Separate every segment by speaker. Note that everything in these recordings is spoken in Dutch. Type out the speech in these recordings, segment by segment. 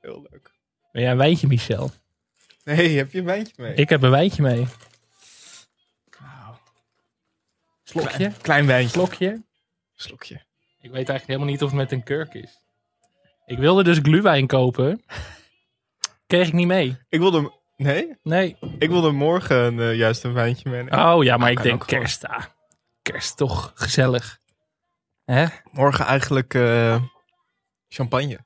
Speaker 1: Heel leuk.
Speaker 2: Wil jij een wijntje, Michel?
Speaker 1: Nee, heb je een wijntje mee?
Speaker 2: Ik heb een wijntje mee.
Speaker 1: Nou,
Speaker 2: Slokje?
Speaker 1: Klein, klein wijntje.
Speaker 2: Slokje?
Speaker 1: Slokje.
Speaker 2: Ik weet eigenlijk helemaal niet of het met een kurk is. Ik wilde dus gluwijn kopen. Kreeg ik niet mee.
Speaker 1: Ik wilde... Nee?
Speaker 2: Nee.
Speaker 1: Ik wilde morgen eh, juist een wijntje meenemen.
Speaker 2: Oh ja, maar ik
Speaker 1: kan
Speaker 2: denk
Speaker 1: ook gewoon.
Speaker 2: kerst. ah, kerst toch gezellig. Hè?
Speaker 1: Morgen eigenlijk eh, champagne.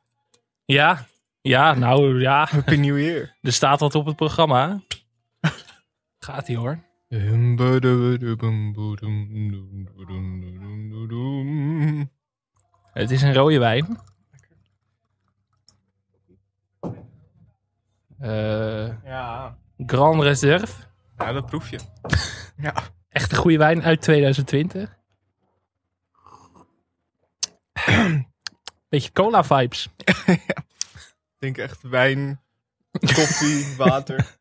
Speaker 2: Ja. Ja, nou ja.
Speaker 1: Happy New Year.
Speaker 2: Er staat wat op het programma. Gaat ie hoor. Het is een rode wijn. Eh,
Speaker 1: Ja.
Speaker 2: Grand Reserve.
Speaker 1: Ja, dat proef je. Ja.
Speaker 2: Echt een goede wijn uit 2020. Beetje cola vibes.
Speaker 1: Ik denk echt wijn, koffie, water.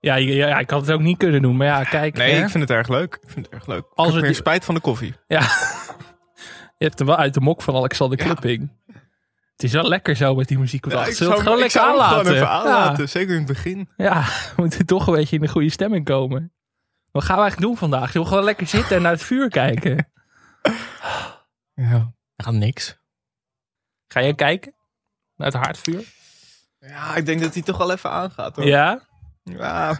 Speaker 2: Ja, ja, ja, ik had het ook niet kunnen doen. Maar ja, kijk.
Speaker 1: Nee,
Speaker 2: hè,
Speaker 1: ik vind het erg leuk. Ik vind het erg leuk.
Speaker 2: Als
Speaker 1: Als ik
Speaker 2: het
Speaker 1: heb meer
Speaker 2: is-
Speaker 1: spijt van de koffie.
Speaker 2: je hebt hem wel uit de mok van Alexander
Speaker 1: Ja.
Speaker 2: Klupping. Het is wel lekker zo met die muziek op de
Speaker 1: Ja,
Speaker 2: achtergrond.
Speaker 1: zou
Speaker 2: Zullen we het
Speaker 1: hem-
Speaker 2: gewoon
Speaker 1: ik
Speaker 2: lekker
Speaker 1: zou hem
Speaker 2: aanlaten.
Speaker 1: gewoon even
Speaker 2: Ja.
Speaker 1: aanlaten. Zeker in het begin.
Speaker 2: Ja, we moeten toch een beetje in de goede stemming komen. Wat gaan we eigenlijk doen vandaag? Zullen we gewoon lekker zitten en naar het vuur kijken?
Speaker 1: Ja. Gaat niks.
Speaker 2: Ga jij kijken? Naar het haardvuur?
Speaker 1: Ja, ik denk dat hij toch wel even aangaat. Hoor.
Speaker 2: Ja?
Speaker 1: Ja.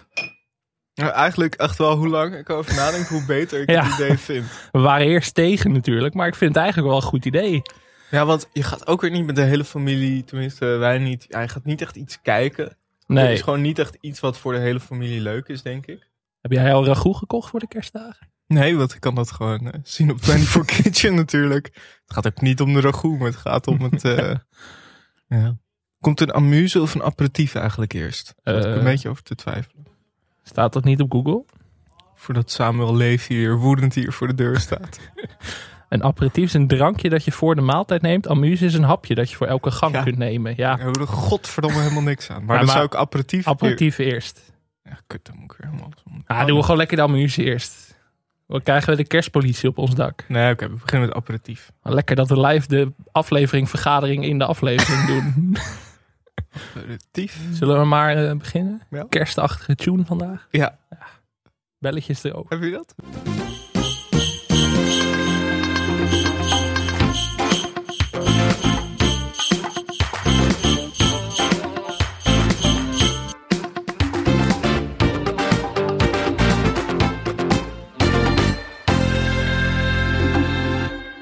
Speaker 1: Nou, Eigenlijk echt wel hoe lang ik erover nadenk, hoe beter ik
Speaker 2: Ja.
Speaker 1: het idee vind.
Speaker 2: We waren eerst tegen natuurlijk, maar ik vind het eigenlijk wel een goed idee.
Speaker 1: Ja, want je gaat ook weer niet met de hele familie, tenminste wij niet. Hij gaat niet echt iets kijken. Het is
Speaker 2: Nee.
Speaker 1: gewoon niet echt iets wat voor de hele familie leuk is, denk ik.
Speaker 2: Heb jij al ragout gekocht voor de kerstdagen?
Speaker 1: Nee, want ik kan dat gewoon eh, zien op 24 Kitchen natuurlijk. Het gaat ook niet om de ragout, maar het gaat om het... eh, ja. Komt een amuse of een aperitief eigenlijk eerst? Daar zat ik
Speaker 2: Eh.
Speaker 1: een beetje over te twijfelen.
Speaker 2: Staat dat niet op Google?
Speaker 1: Voordat Samuel Levy hier woedend hier voor de deur staat.
Speaker 2: Een aperitief is een drankje dat je voor de maaltijd neemt. Amuse is een hapje dat je voor elke gang
Speaker 1: Ja.
Speaker 2: kunt nemen. Ja,
Speaker 1: Ja, we doen er godverdomme helemaal niks aan. Maar
Speaker 2: Ja,
Speaker 1: dan
Speaker 2: maar-
Speaker 1: zou ik aperitief...
Speaker 2: aperitief eerst.
Speaker 1: weer- Ja, kut, dan moet ik weer helemaal Oh, alles om.
Speaker 2: Ah, doen we gewoon lekker de amuse eerst. Dan krijgen we de kerstpolitie op ons dak.
Speaker 1: Nee, oké, we beginnen met aperitief.
Speaker 2: Nou, Lekker dat we live de aflevering, vergadering in de aflevering doen.
Speaker 1: Aperitief.
Speaker 2: Zullen we maar eh, beginnen?
Speaker 1: Ja.
Speaker 2: Kerstachtige tune vandaag.
Speaker 1: Ja.
Speaker 2: Belletjes erover.
Speaker 1: Heb je dat?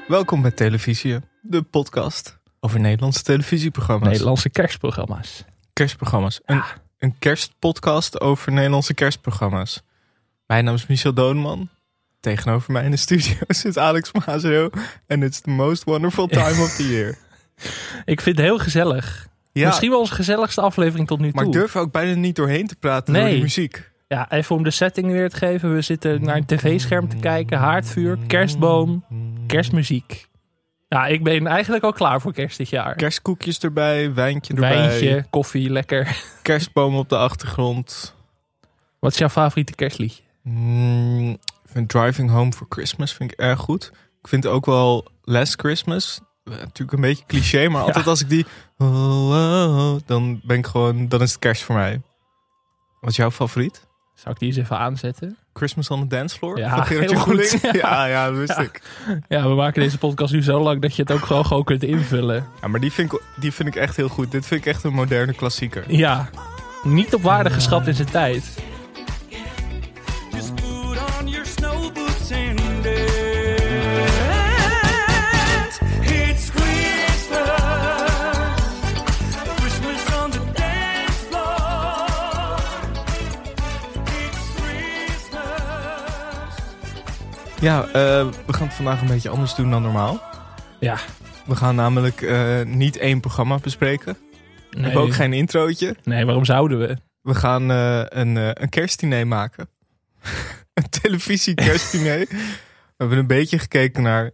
Speaker 1: Welkom bij Televisie, de podcast over Nederlandse televisieprogramma's.
Speaker 2: Nederlandse kerstprogramma's.
Speaker 1: Kerstprogramma's. Een,
Speaker 2: Ah.
Speaker 1: een kerstpodcast over Nederlandse kerstprogramma's. Mijn naam is Michel Doonman. Tegenover mij in de studio zit Alex Mazero. En it's the most wonderful time of the year.
Speaker 2: Ik vind het heel gezellig.
Speaker 1: Ja,
Speaker 2: Misschien wel onze gezelligste aflevering tot nu toe.
Speaker 1: maar ik durf er ook bijna niet doorheen te praten door
Speaker 2: Nee.
Speaker 1: die muziek.
Speaker 2: Ja, even om de setting weer te geven. We zitten naar een tv-scherm te kijken. Haardvuur, kerstboom, kerstmuziek. Ja, ik ben eigenlijk al klaar voor kerst dit jaar.
Speaker 1: Kerstkoekjes erbij, wijntje erbij.
Speaker 2: Wijntje, koffie, lekker.
Speaker 1: Kerstboom op de achtergrond.
Speaker 2: Wat is jouw favoriete kerstliedje?
Speaker 1: Mm, ik vind Driving Home for Christmas vind ik erg goed. Ik vind ook wel Last Christmas. eh, Natuurlijk een beetje cliché, maar altijd als ik die... Oh, oh, oh, dan ben ik gewoon... Dan is het kerst voor mij. Wat is jouw favoriet?
Speaker 2: Zou ik die eens even aanzetten?
Speaker 1: Christmas on the Dance Floor?
Speaker 2: Ja,
Speaker 1: van Gerard
Speaker 2: heel goed.
Speaker 1: Joling? Ja,
Speaker 2: Ja.
Speaker 1: ja, dat wist
Speaker 2: Ja.
Speaker 1: ik.
Speaker 2: Ja, we maken deze podcast nu zo lang dat je het ook gewoon, gewoon kunt invullen.
Speaker 1: Ja, maar die vind, ik, die vind ik echt heel goed. Dit vind ik echt een moderne klassieker.
Speaker 2: Ja, niet op waarde geschat in zijn tijd.
Speaker 3: Just put on your snow boots and uh, dance. It's Christmas. Christmas on the dance floor. It's Christmas.
Speaker 1: Ja, eh, we gaan het vandaag een beetje anders doen dan normaal.
Speaker 2: Ja.
Speaker 1: We gaan namelijk eh, niet één programma bespreken. We
Speaker 2: Nee,
Speaker 1: hebben ook geen introotje.
Speaker 2: nee, waarom zouden we?
Speaker 1: We gaan eh, een, eh, een kerstdiner maken. een televisie kerstdiner. we hebben een beetje gekeken naar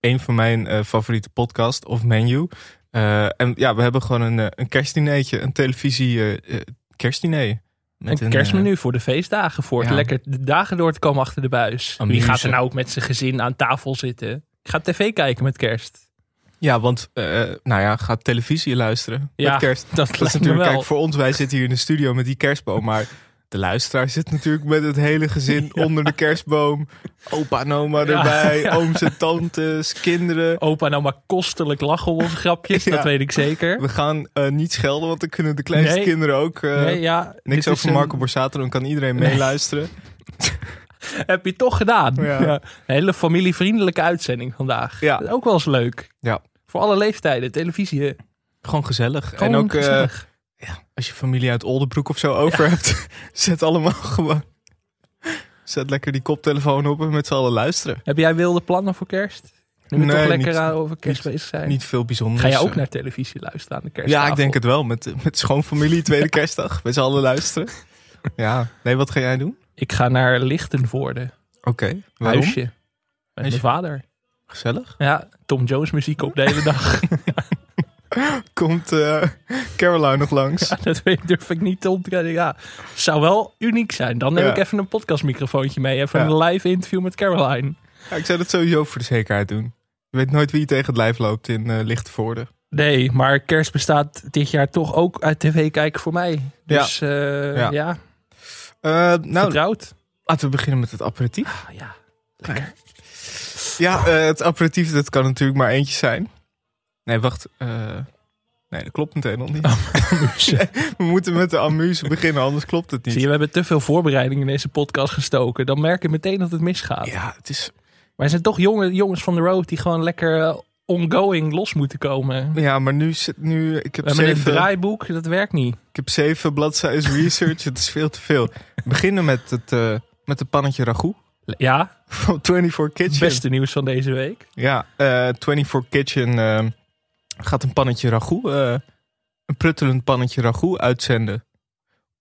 Speaker 1: een van mijn eh, favoriete podcast of menu. Eh, en ja, we hebben gewoon een, eh, een kerstdineetje, een televisie eh, eh, kerstdiner. Met
Speaker 2: een
Speaker 1: eh,
Speaker 2: kerstmenu voor de feestdagen. Voor het
Speaker 1: ja.
Speaker 2: lekker de dagen door te komen achter de buis.
Speaker 1: Amuse.
Speaker 2: Wie gaat er nou ook met zijn gezin aan tafel zitten? Ik ga tv kijken met kerst.
Speaker 1: Ja, want eh, nou ja, ga televisie luisteren ja.
Speaker 2: Ja.
Speaker 1: met kerst.
Speaker 2: Dat,
Speaker 1: Dat is
Speaker 2: lijkt me
Speaker 1: natuurlijk,
Speaker 2: wel.
Speaker 1: kijk, voor ons, wij zitten hier in de studio met die kerstboom. Maar de luisteraar zit natuurlijk met het hele gezin onder de kerstboom. Opa en oma
Speaker 2: Ja,
Speaker 1: erbij,
Speaker 2: ja.
Speaker 1: ooms en tantes, kinderen.
Speaker 2: Opa nou maar kostelijk lachen om onze grapjes,
Speaker 1: Ja.
Speaker 2: dat weet ik zeker.
Speaker 1: We gaan eh, niet schelden, want dan kunnen de kleinste
Speaker 2: Nee.
Speaker 1: kinderen ook eh,
Speaker 2: nee, ja, dit
Speaker 1: niks
Speaker 2: is
Speaker 1: over
Speaker 2: een-
Speaker 1: Marco Borsato. Dan kan iedereen
Speaker 2: Nee.
Speaker 1: meeluisteren.
Speaker 2: Heb je toch gedaan.
Speaker 1: Ja.
Speaker 2: Ja. Een hele familievriendelijke uitzending vandaag.
Speaker 1: Ja.
Speaker 2: Dat is ook wel eens leuk.
Speaker 1: Ja.
Speaker 2: Voor alle leeftijden, televisie. eh,
Speaker 1: Gewoon gezellig.
Speaker 2: Gewoon
Speaker 1: en ook eh,
Speaker 2: gezellig.
Speaker 1: als je familie uit Oldenbroek of zo over hebt, zet allemaal gewoon. Zet lekker die koptelefoon op en met z'n allen luisteren.
Speaker 2: Heb jij wilde plannen voor kerst? Nu we
Speaker 1: Nee,
Speaker 2: toch lekker
Speaker 1: niet-
Speaker 2: aan over kerst bezig zijn.
Speaker 1: Niet veel bijzonders.
Speaker 2: Ga jij ook
Speaker 1: eh.
Speaker 2: naar televisie luisteren aan de kerst?
Speaker 1: Ja, ik denk het wel. Met, met schoonfamilie, tweede kerstdag. Met z'n allen luisteren. Ja. Nee, wat ga jij doen?
Speaker 2: Ik ga naar Lichtenvoorde.
Speaker 1: Oké. Waarom?
Speaker 2: Huisje. Met
Speaker 1: Huisje.
Speaker 2: mijn vader.
Speaker 1: Gezellig.
Speaker 2: Ja, Tom Jones muziek op de hele dag.
Speaker 1: Komt eh, Caroline nog langs?
Speaker 2: Ja, dat weet- durf ik niet te ontkennen. Ja, zou wel uniek zijn. Dan neem
Speaker 1: Ja.
Speaker 2: ik even een podcastmicrofoontje mee. Even
Speaker 1: Ja.
Speaker 2: een live interview met Caroline.
Speaker 1: Ja, ik zou dat sowieso voor de zekerheid doen. Je weet nooit wie je tegen het lijf loopt in eh Lichtenvoorde.
Speaker 2: Nee, maar kerst bestaat dit jaar toch ook uit tv kijken voor mij. Dus eh,
Speaker 1: Ja.
Speaker 2: ja,
Speaker 1: Eh, nou,
Speaker 2: vertrouwd.
Speaker 1: laten we beginnen met het aperitief.
Speaker 2: Ah, ja.
Speaker 1: Ja, eh, het aperitief, dat kan natuurlijk maar eentje zijn. Nee, wacht. eh, nee, dat klopt meteen nog niet. we moeten met de amuse beginnen, anders klopt het niet.
Speaker 2: Zie je, we hebben te veel voorbereiding in deze podcast gestoken. Dan merk je meteen dat het misgaat.
Speaker 1: Ja, het is
Speaker 2: Maar er zijn toch jonge, jongens van de road die gewoon lekker eh, ongoing los moeten komen.
Speaker 1: Ja, maar nu zit nu. Ik heb,
Speaker 2: We hebben een
Speaker 1: zeven,
Speaker 2: draaiboek, dat werkt niet.
Speaker 1: ik heb zeven bladzijden research. het is veel te veel. Beginnen met het eh, met het pannetje ragout
Speaker 2: Ja,
Speaker 1: van 24
Speaker 2: het
Speaker 1: Kitchen.
Speaker 2: beste nieuws van deze week.
Speaker 1: Ja, eh 24 Kitchen eh, gaat een pannetje ragout, eh, een pruttelend pannetje ragout uitzenden.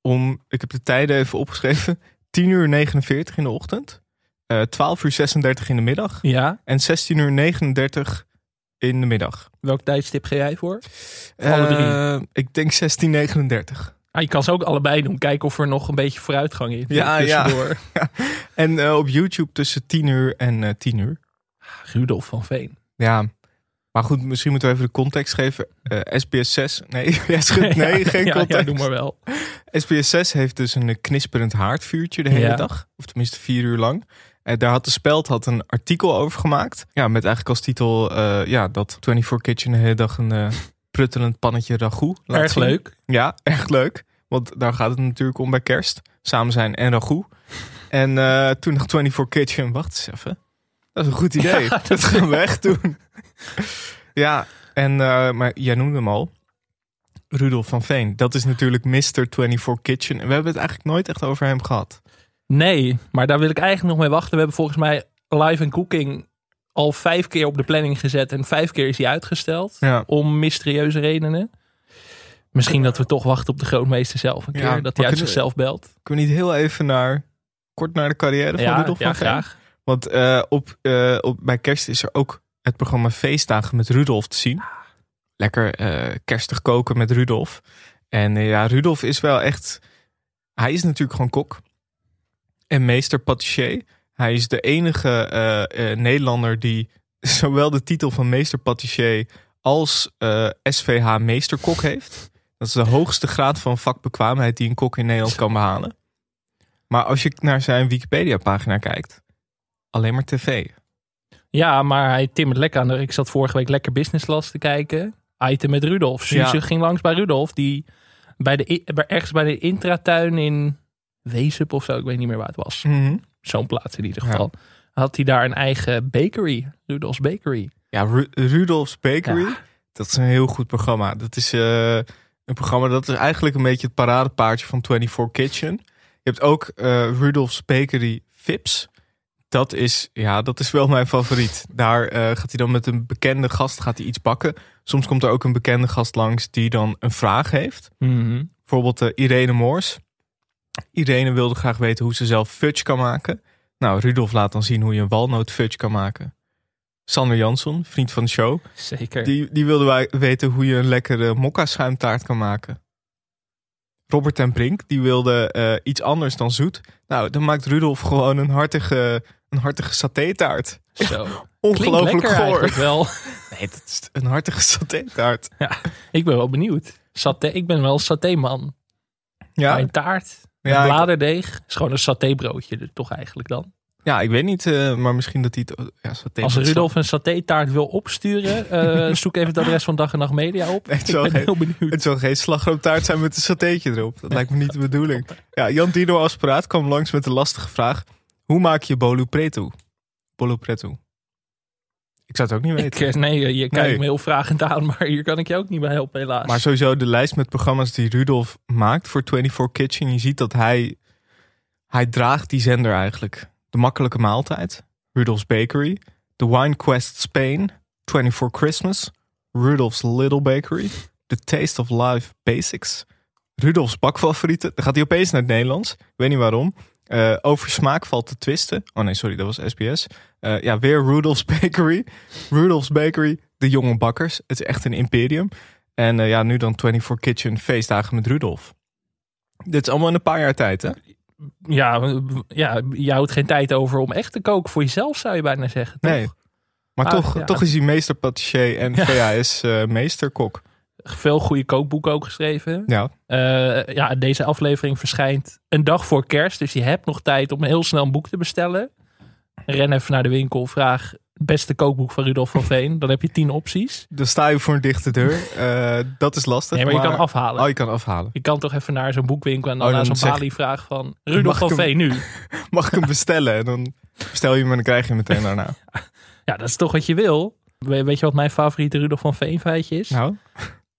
Speaker 1: Om, ik heb de tijden even opgeschreven: 10 uur 49 in de ochtend, eh 12 uur 36 in de middag
Speaker 2: Ja,
Speaker 1: en 16 uur 39 in de middag.
Speaker 2: welk tijdstip ga jij voor? alle drie?
Speaker 1: Eh, ik denk 1639.
Speaker 2: Ah, je kan ze ook allebei doen. Kijken of er nog een beetje vooruitgang in zit
Speaker 1: Ja, ja.
Speaker 2: tussendoor.
Speaker 1: En eh, op YouTube tussen 10 uur en eh 10 uur.
Speaker 2: Rudolf van Veen.
Speaker 1: Ja. Maar goed, misschien moeten we even de context geven. Eh, SBS 6. Nee, jij schudt nee,
Speaker 2: Ja,
Speaker 1: geen
Speaker 2: ja,
Speaker 1: context.
Speaker 2: Ja, doe maar wel.
Speaker 1: SBS 6 heeft dus een eh, knisperend haardvuurtje de hele
Speaker 2: Ja.
Speaker 1: dag. Of tenminste vier uur lang. Eh, daar had de Speld had een artikel over gemaakt. Ja, met eigenlijk als titel eh, ja, dat 24 Kitchen de hele dag een eh, pruttelend pannetje ragout laat
Speaker 2: Erg
Speaker 1: zien.
Speaker 2: leuk.
Speaker 1: Ja, echt leuk. Want daar gaat het natuurlijk om bij kerst. Samen zijn en ragout. En eh, toen nog 24 Kitchen. Wacht eens even. Dat is een goed idee.
Speaker 2: Ja,
Speaker 1: dat gaan we echt doen. ja, en, eh, maar jij noemde hem al. Rudolf van Veen. Dat is natuurlijk Mr. 24 Kitchen. En we hebben het eigenlijk nooit echt over hem gehad.
Speaker 2: Nee, maar daar wil ik eigenlijk nog mee wachten. We hebben volgens mij live en cooking al vijf keer op de planning gezet. En vijf keer is hij uitgesteld.
Speaker 1: Ja.
Speaker 2: Om mysterieuze redenen. Misschien dat we toch wachten op de grootmeester zelf een keer.
Speaker 1: Ja, maar
Speaker 2: dat hij uit
Speaker 1: kunnen-
Speaker 2: zichzelf belt.
Speaker 1: Kunnen we niet heel even naar... Kort naar de carrière van
Speaker 2: Ja,
Speaker 1: Rudolf
Speaker 2: ja,
Speaker 1: van Veen?
Speaker 2: graag.
Speaker 1: Want eh, op, eh, op, bij kerst is er ook het programma Feestdagen met Rudolf te zien. Lekker eh, kerstig koken met Rudolf. En eh, ja, Rudolf is wel echt... Hij is natuurlijk gewoon kok. En meester patissier. Hij is de enige eh, eh, Nederlander die zowel de titel van meester patissier... als eh, SVH meesterkok heeft. Dat is de hoogste graad van vakbekwaamheid die een kok in Nederland kan behalen. Maar als je naar zijn Wikipedia-pagina kijkt, alleen maar tv.
Speaker 2: Ja, maar hij timmert lekker aan. de- Ik zat vorige week lekker business class te kijken. Item met Rudolf. Suze
Speaker 1: Ja.
Speaker 2: ging langs bij Rudolf. Die bij de, i- bij- ergens bij de intratuin in Weesup of zo. Ik weet niet meer waar het was. Zo'n plaats in ieder
Speaker 1: Ja.
Speaker 2: geval. Had hij daar een eigen bakery. Rudolf's Bakery.
Speaker 1: Ja, Ru- Rudolf's Bakery,
Speaker 2: Ja.
Speaker 1: dat is een heel goed programma. Dat is eh, een programma dat is eigenlijk een beetje het paradepaardje van 24 Kitchen. Je hebt ook eh, Rudolf's Bakery Vips. Dat is, ja, dat is wel mijn favoriet. Daar eh, gaat hij dan met een bekende gast gaat hij iets bakken. Soms komt er ook een bekende gast langs die dan een vraag heeft. Bijvoorbeeld eh, Irene Moors. Irene wilde graag weten hoe ze zelf fudge kan maken. Nou, Rudolf laat dan zien hoe je een walnoot fudge kan maken. Sander Jansson, vriend van de show,
Speaker 2: Zeker.
Speaker 1: die, die wilde wij- weten hoe je een lekkere mokka schuimtaart kan maken. Robert en Brink, die wilde eh, iets anders dan zoet. Nou, dan maakt Rudolf gewoon een hartige, een hartige satétaart.
Speaker 2: Zo. Klinkt
Speaker 1: Ongelooflijk
Speaker 2: lekker
Speaker 1: goor.
Speaker 2: eigenlijk wel.
Speaker 1: Nee, dat is een hartige satétaart.
Speaker 2: Ik ben wel benieuwd. Saté, ik ben wel satéman.
Speaker 1: Ja,
Speaker 2: Mijn taart,
Speaker 1: Ja,
Speaker 2: ja,
Speaker 1: ik-
Speaker 2: bladerdeeg. is gewoon een satébroodje dus toch eigenlijk dan.
Speaker 1: ja, ik weet niet, eh, maar misschien dat hij het... Ja, saté
Speaker 2: Als Rudolf een satétaart wil opsturen, eh, zoek even het adres van Dag en Nacht Media op.
Speaker 1: Nee, het
Speaker 2: ik
Speaker 1: zal
Speaker 2: ben
Speaker 1: geen-
Speaker 2: heel benieuwd.
Speaker 1: Het zal geen slagroomtaart zijn met een satéetje erop. Dat lijkt me niet de bedoeling. Ja, Jan Dino Asperaat kwam langs met de lastige vraag. Hoe maak je bolu preto? Bolu preto. Ik zou het ook niet weten.
Speaker 2: Ik, eh, nee, eh, je kijkt
Speaker 1: Nee.
Speaker 2: me heel vragend aan, maar hier kan ik je ook niet bij helpen helaas.
Speaker 1: Maar sowieso de lijst met programma's die Rudolf maakt voor 24 Kitchen. Je ziet dat hij, hij draagt die zender eigenlijk. De Makkelijke Maaltijd, Rudolf's Bakery, The Wine Quest Spain, 24 Christmas, Rudolf's Little Bakery, The Taste of Life Basics, Rudolf's Bakfavorieten. Dan gaat hij opeens naar het Nederlands. Ik weet niet waarom. Eh, over smaak valt te twisten. Oh nee, sorry, dat was SBS. Eh, ja, weer Rudolf's Bakery. Rudolf's Bakery, De Jonge Bakkers. Het is echt een imperium. En eh, ja, nu dan 24 Kitchen feestdagen met Rudolf. Dit is allemaal in een paar jaar tijd, hè?
Speaker 2: ja, w- ja, je houdt geen tijd over om echt te koken voor jezelf, zou je bijna zeggen. Toch?
Speaker 1: Nee. Maar
Speaker 2: Ah,
Speaker 1: toch,
Speaker 2: ja.
Speaker 1: toch is hij meester patissier en VA is eh, meesterkok.
Speaker 2: Veel goede kookboeken ook geschreven.
Speaker 1: Ja,
Speaker 2: Eh, ja, deze aflevering verschijnt een dag voor kerst. Dus je hebt nog tijd om heel snel een boek te bestellen. Ren even naar de winkel, vraag het beste kookboek van Rudolf van Veen. Dan heb je tien opties.
Speaker 1: dan sta je voor een dichte deur. Eh, dat is lastig.
Speaker 2: Nee, maar je kan afhalen.
Speaker 1: Oh, je kan afhalen.
Speaker 2: Je kan toch even naar zo'n boekwinkel en dan
Speaker 1: Oh,
Speaker 2: naar
Speaker 1: dan
Speaker 2: zo'n
Speaker 1: zeg-
Speaker 2: balie vragen van...
Speaker 1: Mag
Speaker 2: Rudolf
Speaker 1: ik
Speaker 2: van
Speaker 1: hem-
Speaker 2: Veen nu.
Speaker 1: Mag ik hem bestellen? En dan bestel je hem en dan krijg je hem meteen daarna.
Speaker 2: Ja, dat is toch wat je wil. We- weet je wat mijn favoriete Rudolf van Veen feitje is?
Speaker 1: Nou,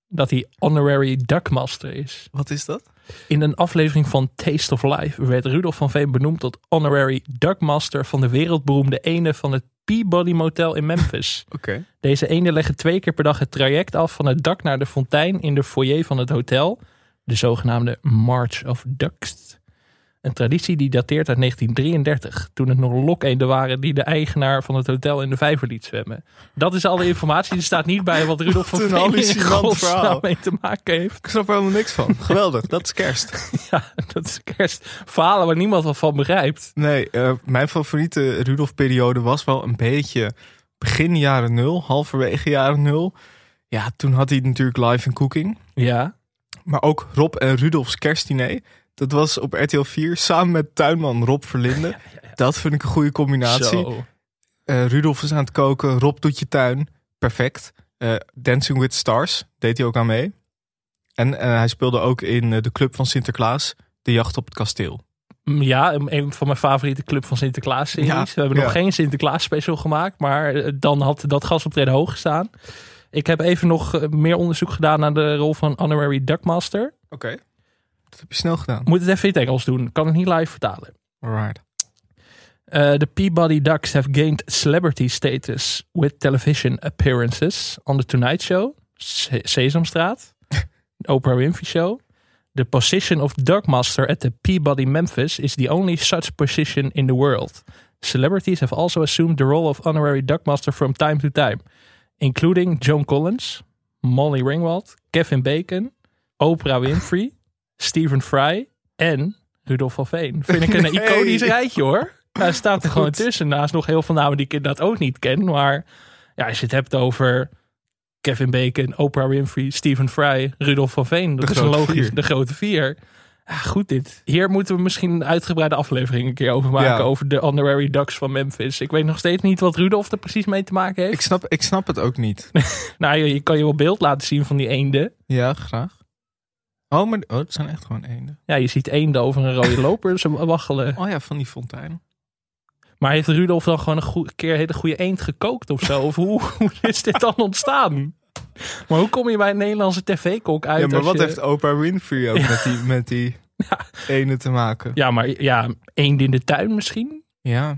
Speaker 2: Dat hij honorary duckmaster is.
Speaker 1: wat is dat?
Speaker 2: In een aflevering van Taste of Life werd Rudolf van Veen benoemd tot honorary duckmaster van de wereldberoemde ene van het Peabody Motel in Memphis.
Speaker 1: Oké.
Speaker 2: Deze eenden leggen twee keer per dag het traject af van het dak naar de fontein in de foyer van het hotel, de zogenaamde March of Ducks. Een traditie die dateert uit 1933, toen het nog lokeenden waren die de eigenaar van het hotel in de vijver liet zwemmen. Dat is alle informatie, er staat niet bij wat Rudolf van
Speaker 1: Wat een
Speaker 2: Veen in
Speaker 1: hallucinant verhaal.
Speaker 2: godsnaam mee te maken heeft.
Speaker 1: Ik snap er helemaal niks van. Geweldig, dat is kerst.
Speaker 2: Ja, dat is kerst. Verhalen waar niemand wat van begrijpt.
Speaker 1: Nee, eh, mijn favoriete Rudolf-periode was wel een beetje begin jaren nul, halverwege jaren nul. Ja, toen had hij natuurlijk live in cooking.
Speaker 2: Ja,
Speaker 1: Maar ook Rob en Rudolfs kerstdiner. Dat was op RTL 4 samen met tuinman Rob Verlinde. Dat vind ik een goede combinatie.
Speaker 2: zo.
Speaker 1: Eh, Rudolf is aan het koken, Rob doet je tuin. Perfect. Eh, Dancing with Stars deed hij ook aan mee. En eh, hij speelde ook in eh, de club van Sinterklaas, De Jacht op het Kasteel.
Speaker 2: Mm, Ja, een- een van mijn favoriete club van Sinterklaas series.
Speaker 1: Ja,
Speaker 2: We hebben nog
Speaker 1: ja.
Speaker 2: geen Sinterklaas special gemaakt, maar eh, dan had dat gasoptreden hoog gestaan. Ik heb even nog eh, meer onderzoek gedaan naar de rol van honorary duckmaster.
Speaker 1: Oké. Dat heb je snel gedaan.
Speaker 2: Moet het even in het Engels doen, kan het niet live vertalen.
Speaker 1: Alright.
Speaker 2: Uh, the Peabody Ducks have gained celebrity status with television appearances on The Tonight Show, Se- Sesamstraat, The Oprah Winfrey Show. The position of Duckmaster at the Peabody Memphis is the only such position in the world. Celebrities have also assumed the role of honorary Duckmaster from time to time, including Joan Collins, Molly Ringwald, Kevin Bacon, Oprah Winfrey, Stephen Fry en Rudolf van Veen. Vind ik een
Speaker 1: Nee.
Speaker 2: iconisch rijtje hoor. Hij staat er gewoon
Speaker 1: Goed.
Speaker 2: tussen. Naast nog heel veel namen die ik inderdaad ook niet ken. Maar ja, als je het hebt over Kevin Bacon, Oprah Winfrey, Stephen Fry, Rudolf van Veen. Dat
Speaker 1: De
Speaker 2: is een
Speaker 1: grote
Speaker 2: logisch,
Speaker 1: vier.
Speaker 2: de grote vier. Ja, goed dit. Hier moeten we misschien een uitgebreide aflevering een keer over maken.
Speaker 1: Ja.
Speaker 2: Over de honorary ducks van Memphis. Ik weet nog steeds niet wat Rudolf er precies mee te maken heeft.
Speaker 1: Ik snap, ik snap het ook niet.
Speaker 2: Nou, je, je kan je wel beeld laten zien van die eenden.
Speaker 1: Ja, graag. Oh, maar oh, het zijn echt gewoon eenden.
Speaker 2: Ja, je ziet eenden over een rode loper ze waggelen.
Speaker 1: Oh ja, van die fontein.
Speaker 2: Maar heeft Rudolf dan gewoon een goe- keer een hele goede eend gekookt of zo? Of hoe, hoe is dit dan ontstaan? Maar hoe kom je bij een Nederlandse tv-kok uit?
Speaker 1: Ja, maar
Speaker 2: als
Speaker 1: wat
Speaker 2: je-
Speaker 1: heeft Oprah Winfrey ook met die, met die ene te maken?
Speaker 2: Ja, maar ja, eend in de tuin misschien?
Speaker 1: Ja.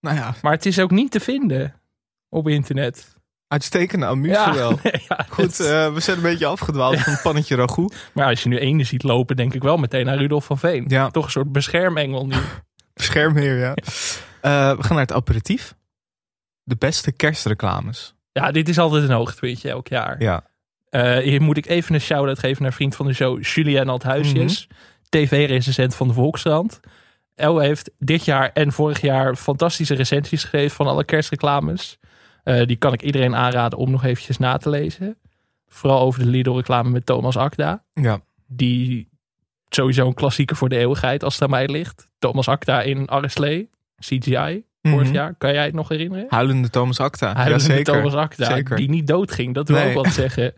Speaker 1: Nou ja,
Speaker 2: Maar het is ook niet te vinden op internet.
Speaker 1: uitstekende amuse
Speaker 2: ja,
Speaker 1: wel.
Speaker 2: ja,
Speaker 1: Goed,
Speaker 2: het-
Speaker 1: eh, we zijn een beetje afgedwaald van het pannetje ragout.
Speaker 2: Maar als je nu eenden ziet lopen, denk ik wel meteen aan Rudolf van Veen.
Speaker 1: Ja.
Speaker 2: Toch een soort beschermengel nu.
Speaker 1: Beschermheer, ja. Eh, we gaan naar het aperitief. De beste kerstreclames.
Speaker 2: Ja, dit is altijd een hoogtepuntje elk jaar.
Speaker 1: Ja.
Speaker 2: Eh, hier moet ik even een shout-out geven naar vriend van de show, Julian Althuisjes. TV-recensent van de Volkskrant. El heeft dit jaar en vorig jaar fantastische recensies gegeven van alle kerstreclames. Eh, die kan ik iedereen aanraden om nog eventjes na te lezen. Vooral over de Lidl-reclame met Thomas Akda
Speaker 1: Ja.
Speaker 2: die sowieso een klassieker voor de eeuwigheid als het aan mij ligt. Thomas Acta in Arreslee, CGI, vorig
Speaker 1: Mhm.
Speaker 2: jaar. Kan jij het nog herinneren?
Speaker 1: Huilende Thomas Acta.
Speaker 2: Hij
Speaker 1: ja,
Speaker 2: was
Speaker 1: zeker.
Speaker 2: Thomas Acta,
Speaker 1: Zeker.
Speaker 2: die niet doodging. Dat wil
Speaker 1: Nee.
Speaker 2: ook wat zeggen.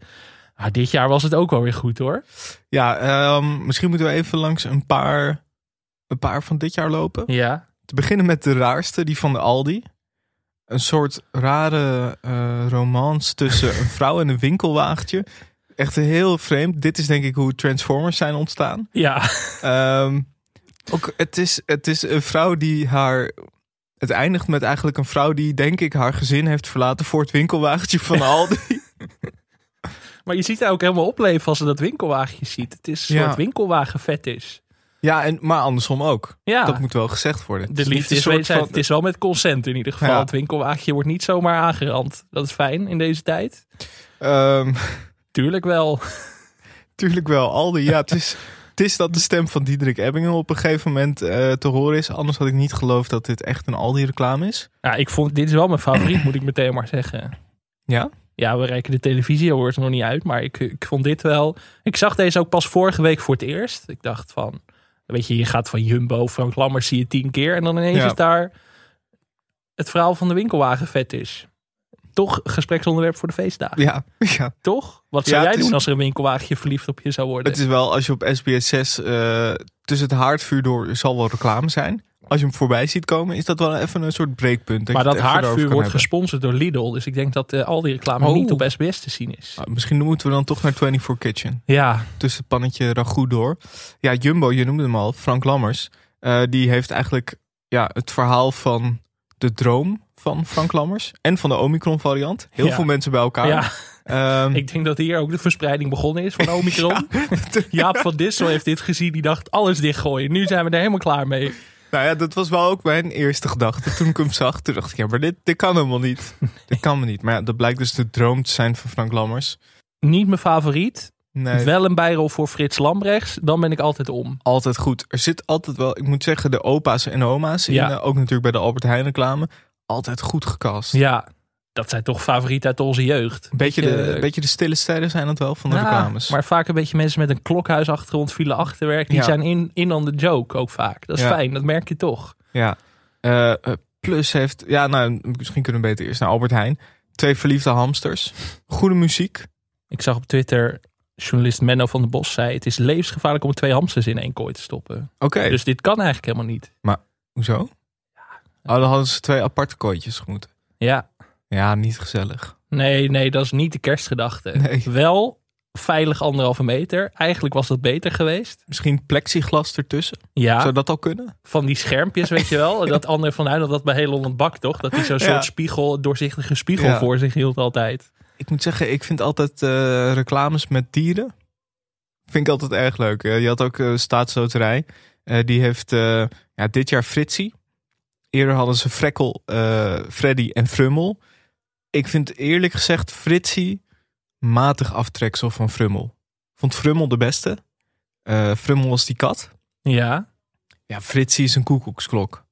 Speaker 2: Maar dit jaar was het ook wel weer goed hoor.
Speaker 1: Ja, ehm, misschien moeten we even langs een paar, een paar van dit jaar lopen.
Speaker 2: Ja,
Speaker 1: Te beginnen met de raarste, die van de Aldi. Een soort rare eh, romance tussen een vrouw en een winkelwagentje. Echt heel vreemd. Dit is denk ik hoe Transformers zijn ontstaan.
Speaker 2: ja.
Speaker 1: Ehm, ook, het, is, het is een vrouw die haar. Het eindigt met eigenlijk een vrouw die, denk ik, haar gezin heeft verlaten voor het winkelwagentje van Aldi.
Speaker 2: maar je ziet haar ook helemaal opleven als ze dat winkelwagentje ziet. Het is een
Speaker 1: Ja.
Speaker 2: soort winkelwagenvet is.
Speaker 1: ja, en, maar andersom ook.
Speaker 2: Ja,
Speaker 1: Dat moet wel gezegd worden. Het
Speaker 2: de
Speaker 1: is niet
Speaker 2: liefde
Speaker 1: een
Speaker 2: is,
Speaker 1: soort
Speaker 2: wederzijds.
Speaker 1: van-
Speaker 2: het is wel met consent in ieder geval.
Speaker 1: Ja.
Speaker 2: Het winkelwagentje wordt niet zomaar aangerand. Dat is fijn in deze tijd.
Speaker 1: Ehm,
Speaker 2: Tuurlijk wel.
Speaker 1: tuurlijk wel, Aldi. Ja, het is, het is dat de stem van Diederik Ebbingen op een gegeven moment eh, te horen is. Anders had ik niet geloofd dat dit echt een Aldi-reclame is.
Speaker 2: Ja, ik vond dit is wel mijn favoriet, moet ik meteen maar zeggen.
Speaker 1: Ja?
Speaker 2: Ja, we reiken de televisie awards nog niet uit, maar ik, ik vond dit wel. Ik zag deze ook pas vorige week voor het eerst. Ik dacht van, weet je, je gaat van Jumbo, Frank Lammers zie je tien keer en dan ineens
Speaker 1: Ja.
Speaker 2: is daar het verhaal van de winkelwagen vet is. Toch gespreksonderwerp voor de feestdagen,
Speaker 1: Ja, ja.
Speaker 2: toch? Wat zou
Speaker 1: Ja,
Speaker 2: jij
Speaker 1: het is-
Speaker 2: doen als er een winkelwagentje verliefd op je zou worden?
Speaker 1: Het is wel, als je op SBS 6 eh, tussen het haardvuur door er zal wel reclame zijn. Als je hem voorbij ziet komen, is dat wel even een soort breekpunt.
Speaker 2: maar
Speaker 1: je
Speaker 2: dat
Speaker 1: het even
Speaker 2: haardvuur
Speaker 1: erover kan
Speaker 2: wordt
Speaker 1: hebben.
Speaker 2: gesponsord door Lidl, dus ik denk dat eh, al die reclame
Speaker 1: Oh.
Speaker 2: niet op SBS te zien is.
Speaker 1: Ah, Misschien moeten we dan toch naar 24 Kitchen.
Speaker 2: Ja,
Speaker 1: Tussen het pannetje ragout door. Ja, Jumbo, je noemde hem al, Frank Lammers. eh, die heeft eigenlijk ja, het verhaal van de droom van Frank Lammers. En van de Omicron variant. Heel
Speaker 2: Ja.
Speaker 1: veel mensen bij elkaar.
Speaker 2: ja.
Speaker 1: Ehm,
Speaker 2: Ik denk dat hier ook de verspreiding begonnen is van Omicron. Jaap van Dissel heeft dit gezien. Die dacht, alles dichtgooien. Nu zijn we er helemaal klaar mee.
Speaker 1: Nou ja, dat was wel ook mijn eerste gedachte. Toen ik hem zag, toen dacht ik, ja, maar dit, dit kan helemaal niet. Dit kan me niet. Maar ja, dat blijkt dus de droom te zijn van Frank Lammers.
Speaker 2: Niet mijn favoriet.
Speaker 1: Nee,
Speaker 2: Wel een bijrol voor Frits Lambrechts. Dan ben ik altijd om.
Speaker 1: altijd goed. Er zit altijd wel, ik moet zeggen, de opa's en oma's.
Speaker 2: Ja.
Speaker 1: In, eh, ook natuurlijk bij de Albert Heijn reclame. Altijd goed gecast.
Speaker 2: Ja, dat zijn toch favorieten uit onze jeugd.
Speaker 1: Een beetje, de,
Speaker 2: Beetje-
Speaker 1: een beetje de stille sterren zijn dat wel van de
Speaker 2: Ja,
Speaker 1: reclames.
Speaker 2: Maar vaak een beetje mensen met een klokhuisachtergrond, file achterwerk. Die
Speaker 1: Ja.
Speaker 2: zijn in, in on the joke ook vaak. Dat is
Speaker 1: Ja.
Speaker 2: fijn, dat merk je toch.
Speaker 1: Ja. Eh, eh, plus heeft, ja, nou, misschien kunnen we beter eerst naar Albert Heijn. Twee verliefde hamsters. Goede muziek.
Speaker 2: Ik zag op Twitter, journalist Menno van den Bos zei... het is levensgevaarlijk om twee hamsters in één kooi te stoppen.
Speaker 1: Oké,
Speaker 2: Dus dit kan eigenlijk helemaal niet.
Speaker 1: hoezo? Oh, dan hadden ze twee aparte kooitjes moeten.
Speaker 2: Ja,
Speaker 1: Ja, niet gezellig.
Speaker 2: Nee, nee, dat is niet de kerstgedachte.
Speaker 1: Nee.
Speaker 2: Wel veilig anderhalve meter. Eigenlijk was dat beter geweest.
Speaker 1: Misschien plexiglas ertussen.
Speaker 2: Ja,
Speaker 1: Zou dat al kunnen?
Speaker 2: van die schermpjes, weet je wel. Dat andere vanuit dat dat bij heel Holland bak, toch? Dat hij zo'n
Speaker 1: Ja.
Speaker 2: soort spiegel, doorzichtige spiegel
Speaker 1: Ja.
Speaker 2: voor zich hield altijd.
Speaker 1: Ik moet zeggen, ik vind altijd eh, reclames met dieren. Vind ik altijd erg leuk. Eh, je had ook eh, Staatsloterij. Eh, die heeft eh, ja, dit jaar Fritsie. Eerder hadden ze Frekkel, eh, Freddy en Frummel. Ik vind eerlijk gezegd Fritsie matig aftreksel van Frummel. Vond Frummel de beste. Eh, Frummel was die kat.
Speaker 2: Ja,
Speaker 1: Ja, Fritsie is een koekoeksklok.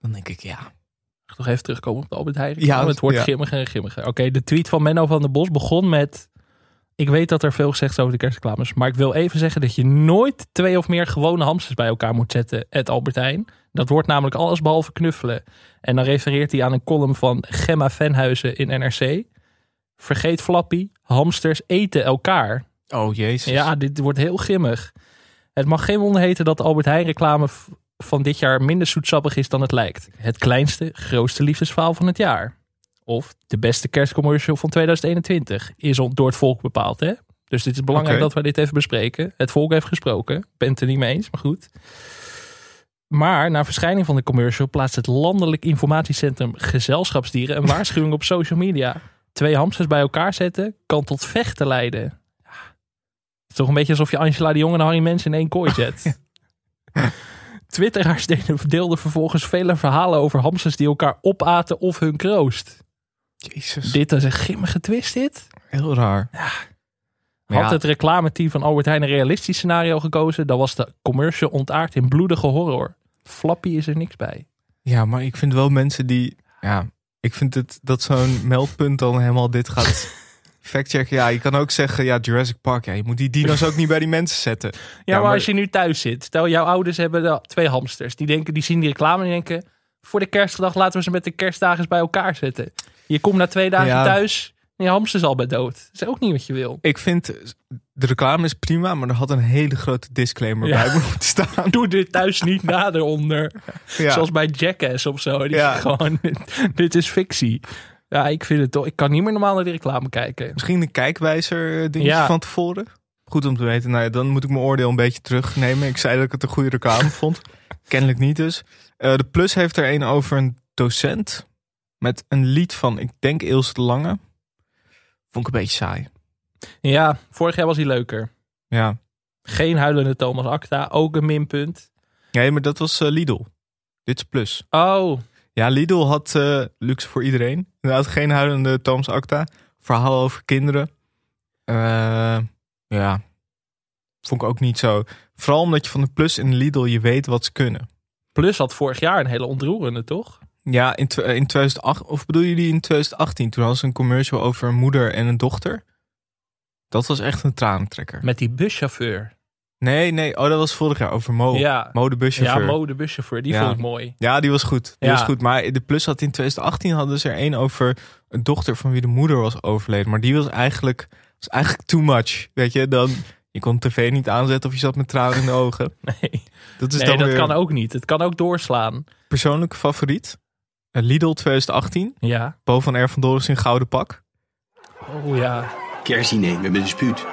Speaker 1: Dan denk ik, ja,
Speaker 2: Mag ik nog even terugkomen op de Albert Heijn.
Speaker 1: Ja,
Speaker 2: Ja, het wordt
Speaker 1: ja.
Speaker 2: grimmiger en grimmiger. Oké, de tweet van Menno van den Bos begon met... Ik weet dat er veel gezegd is over de kerstreclames. Maar ik wil even zeggen dat je nooit twee of meer gewone hamsters bij elkaar moet zetten. Het Albert Heijn. Dat wordt namelijk alles behalve knuffelen. En dan refereert hij aan een column van Gemma Venhuizen in NRC. Vergeet Flappy. Hamsters eten elkaar.
Speaker 1: oh jezus.
Speaker 2: Ja, dit wordt heel grimmig. Het mag geen wonder heten dat de Albert Heijn reclame v- van dit jaar minder zoetsappig is dan het lijkt. Het kleinste, grootste liefdesverhaal van het jaar. Of de beste kerstcommercial van 2021 is on- door het volk bepaald, hè? Dus dit is belangrijk
Speaker 1: Oké.
Speaker 2: dat we dit even bespreken. Het volk heeft gesproken. Ik ben het er niet mee eens, maar goed. Maar na verschijning van de commercial plaatst het landelijk informatiecentrum Gezelschapsdieren een waarschuwing op social media. Twee hamsters bij elkaar zetten kan tot vechten leiden. Ja. Het is toch een beetje alsof je Angela de Jong en Harry Mens in één kooi zet. Twitteraars deden- deelden vervolgens vele verhalen over hamsters die elkaar opaten of hun kroost.
Speaker 1: Jezus,
Speaker 2: Dit is een grimmige twist dit.
Speaker 1: heel raar. Maar
Speaker 2: Had
Speaker 1: ja.
Speaker 2: het reclameteam van Albert Heijn een realistisch scenario gekozen, dan was de commercial ontaard in bloedige horror. Flappy is er niks bij.
Speaker 1: Ja, maar ik vind wel mensen die. Ja, ik vind het dat zo'n meldpunt dan helemaal dit gaat factchecken. Ja, je kan ook zeggen, ja, Jurassic Park. Ja, je moet die dino's ook niet bij die mensen zetten.
Speaker 2: Ja,
Speaker 1: Ja,
Speaker 2: maar,
Speaker 1: maar-
Speaker 2: als je nu thuis zit. Stel, jouw ouders hebben de- twee hamsters. Die, denken, die zien die reclame en denken... Voor de kerstdag laten we ze met de kerstdagen eens bij elkaar zetten. Je komt na twee dagen
Speaker 1: Ja.
Speaker 2: thuis en je hamster is al bij dood. Dat is ook niet wat je wil.
Speaker 1: Ik vind de reclame is prima, maar er had een hele grote disclaimer
Speaker 2: Ja.
Speaker 1: bij moeten staan.
Speaker 2: Doe dit thuis niet nader onder.
Speaker 1: Ja.
Speaker 2: Zoals bij Jackass of zo. Die
Speaker 1: Ja.
Speaker 2: gewoon, dit is fictie. Ja, ik vind het toch. Ik kan niet meer normaal naar die reclame kijken.
Speaker 1: Misschien een kijkwijzer eh, dingetje
Speaker 2: Ja.
Speaker 1: van tevoren. Goed om te weten. Nou ja, dan moet ik mijn oordeel een beetje terugnemen. Ik zei dat ik het een goede reclame vond. Kennelijk niet dus. Eh, de Plus heeft er een over een docent. Met een lied van, ik denk Ilse de Lange. Vond ik een beetje saai.
Speaker 2: Ja, vorig jaar was hij leuker.
Speaker 1: Ja.
Speaker 2: Geen huilende Thomas Acta. Ook een minpunt.
Speaker 1: Nee, maar dat was eh, Lidl. Dit is Plus.
Speaker 2: Oh,
Speaker 1: Ja, Lidl had eh, luxe voor iedereen. Inderdaad, geen huilende Thomas Acta. Verhaal over kinderen. Eh, ja. Vond ik ook niet zo. Vooral omdat je van de Plus en de Lidl je weet wat ze kunnen.
Speaker 2: Plus had vorig jaar een hele ontroerende, toch?
Speaker 1: Ja, in, tw- eh, in 2008, of bedoel je die in 2018? Toen hadden ze een commercial over een moeder en een dochter. Dat was echt een tranentrekker.
Speaker 2: Met die buschauffeur.
Speaker 1: Nee, nee, oh, dat was vorig jaar over Mo.
Speaker 2: ja, ja
Speaker 1: Modebuschauffeur. Ja,
Speaker 2: mode buschauffeur. Die
Speaker 1: Ja.
Speaker 2: vond ik mooi.
Speaker 1: die was goed. Die
Speaker 2: Ja.
Speaker 1: was goed. Maar de Plus had in 2018 hadden ze er één over een dochter van wie de moeder was overleden. Maar die was eigenlijk, was eigenlijk too much. Weet je, dan, je kon tv niet aanzetten of je zat met tranen in de ogen.
Speaker 2: Nee,
Speaker 1: Dat is
Speaker 2: nee
Speaker 1: dan
Speaker 2: dat
Speaker 1: weer
Speaker 2: kan ook niet. Het kan ook doorslaan.
Speaker 1: persoonlijke favoriet. Eh, Lidl 2018.
Speaker 2: Ja.
Speaker 1: Bo van R. van Doris in gouden pak.
Speaker 2: Oh ja.
Speaker 4: Kerstdiner, we hebben een dispuut.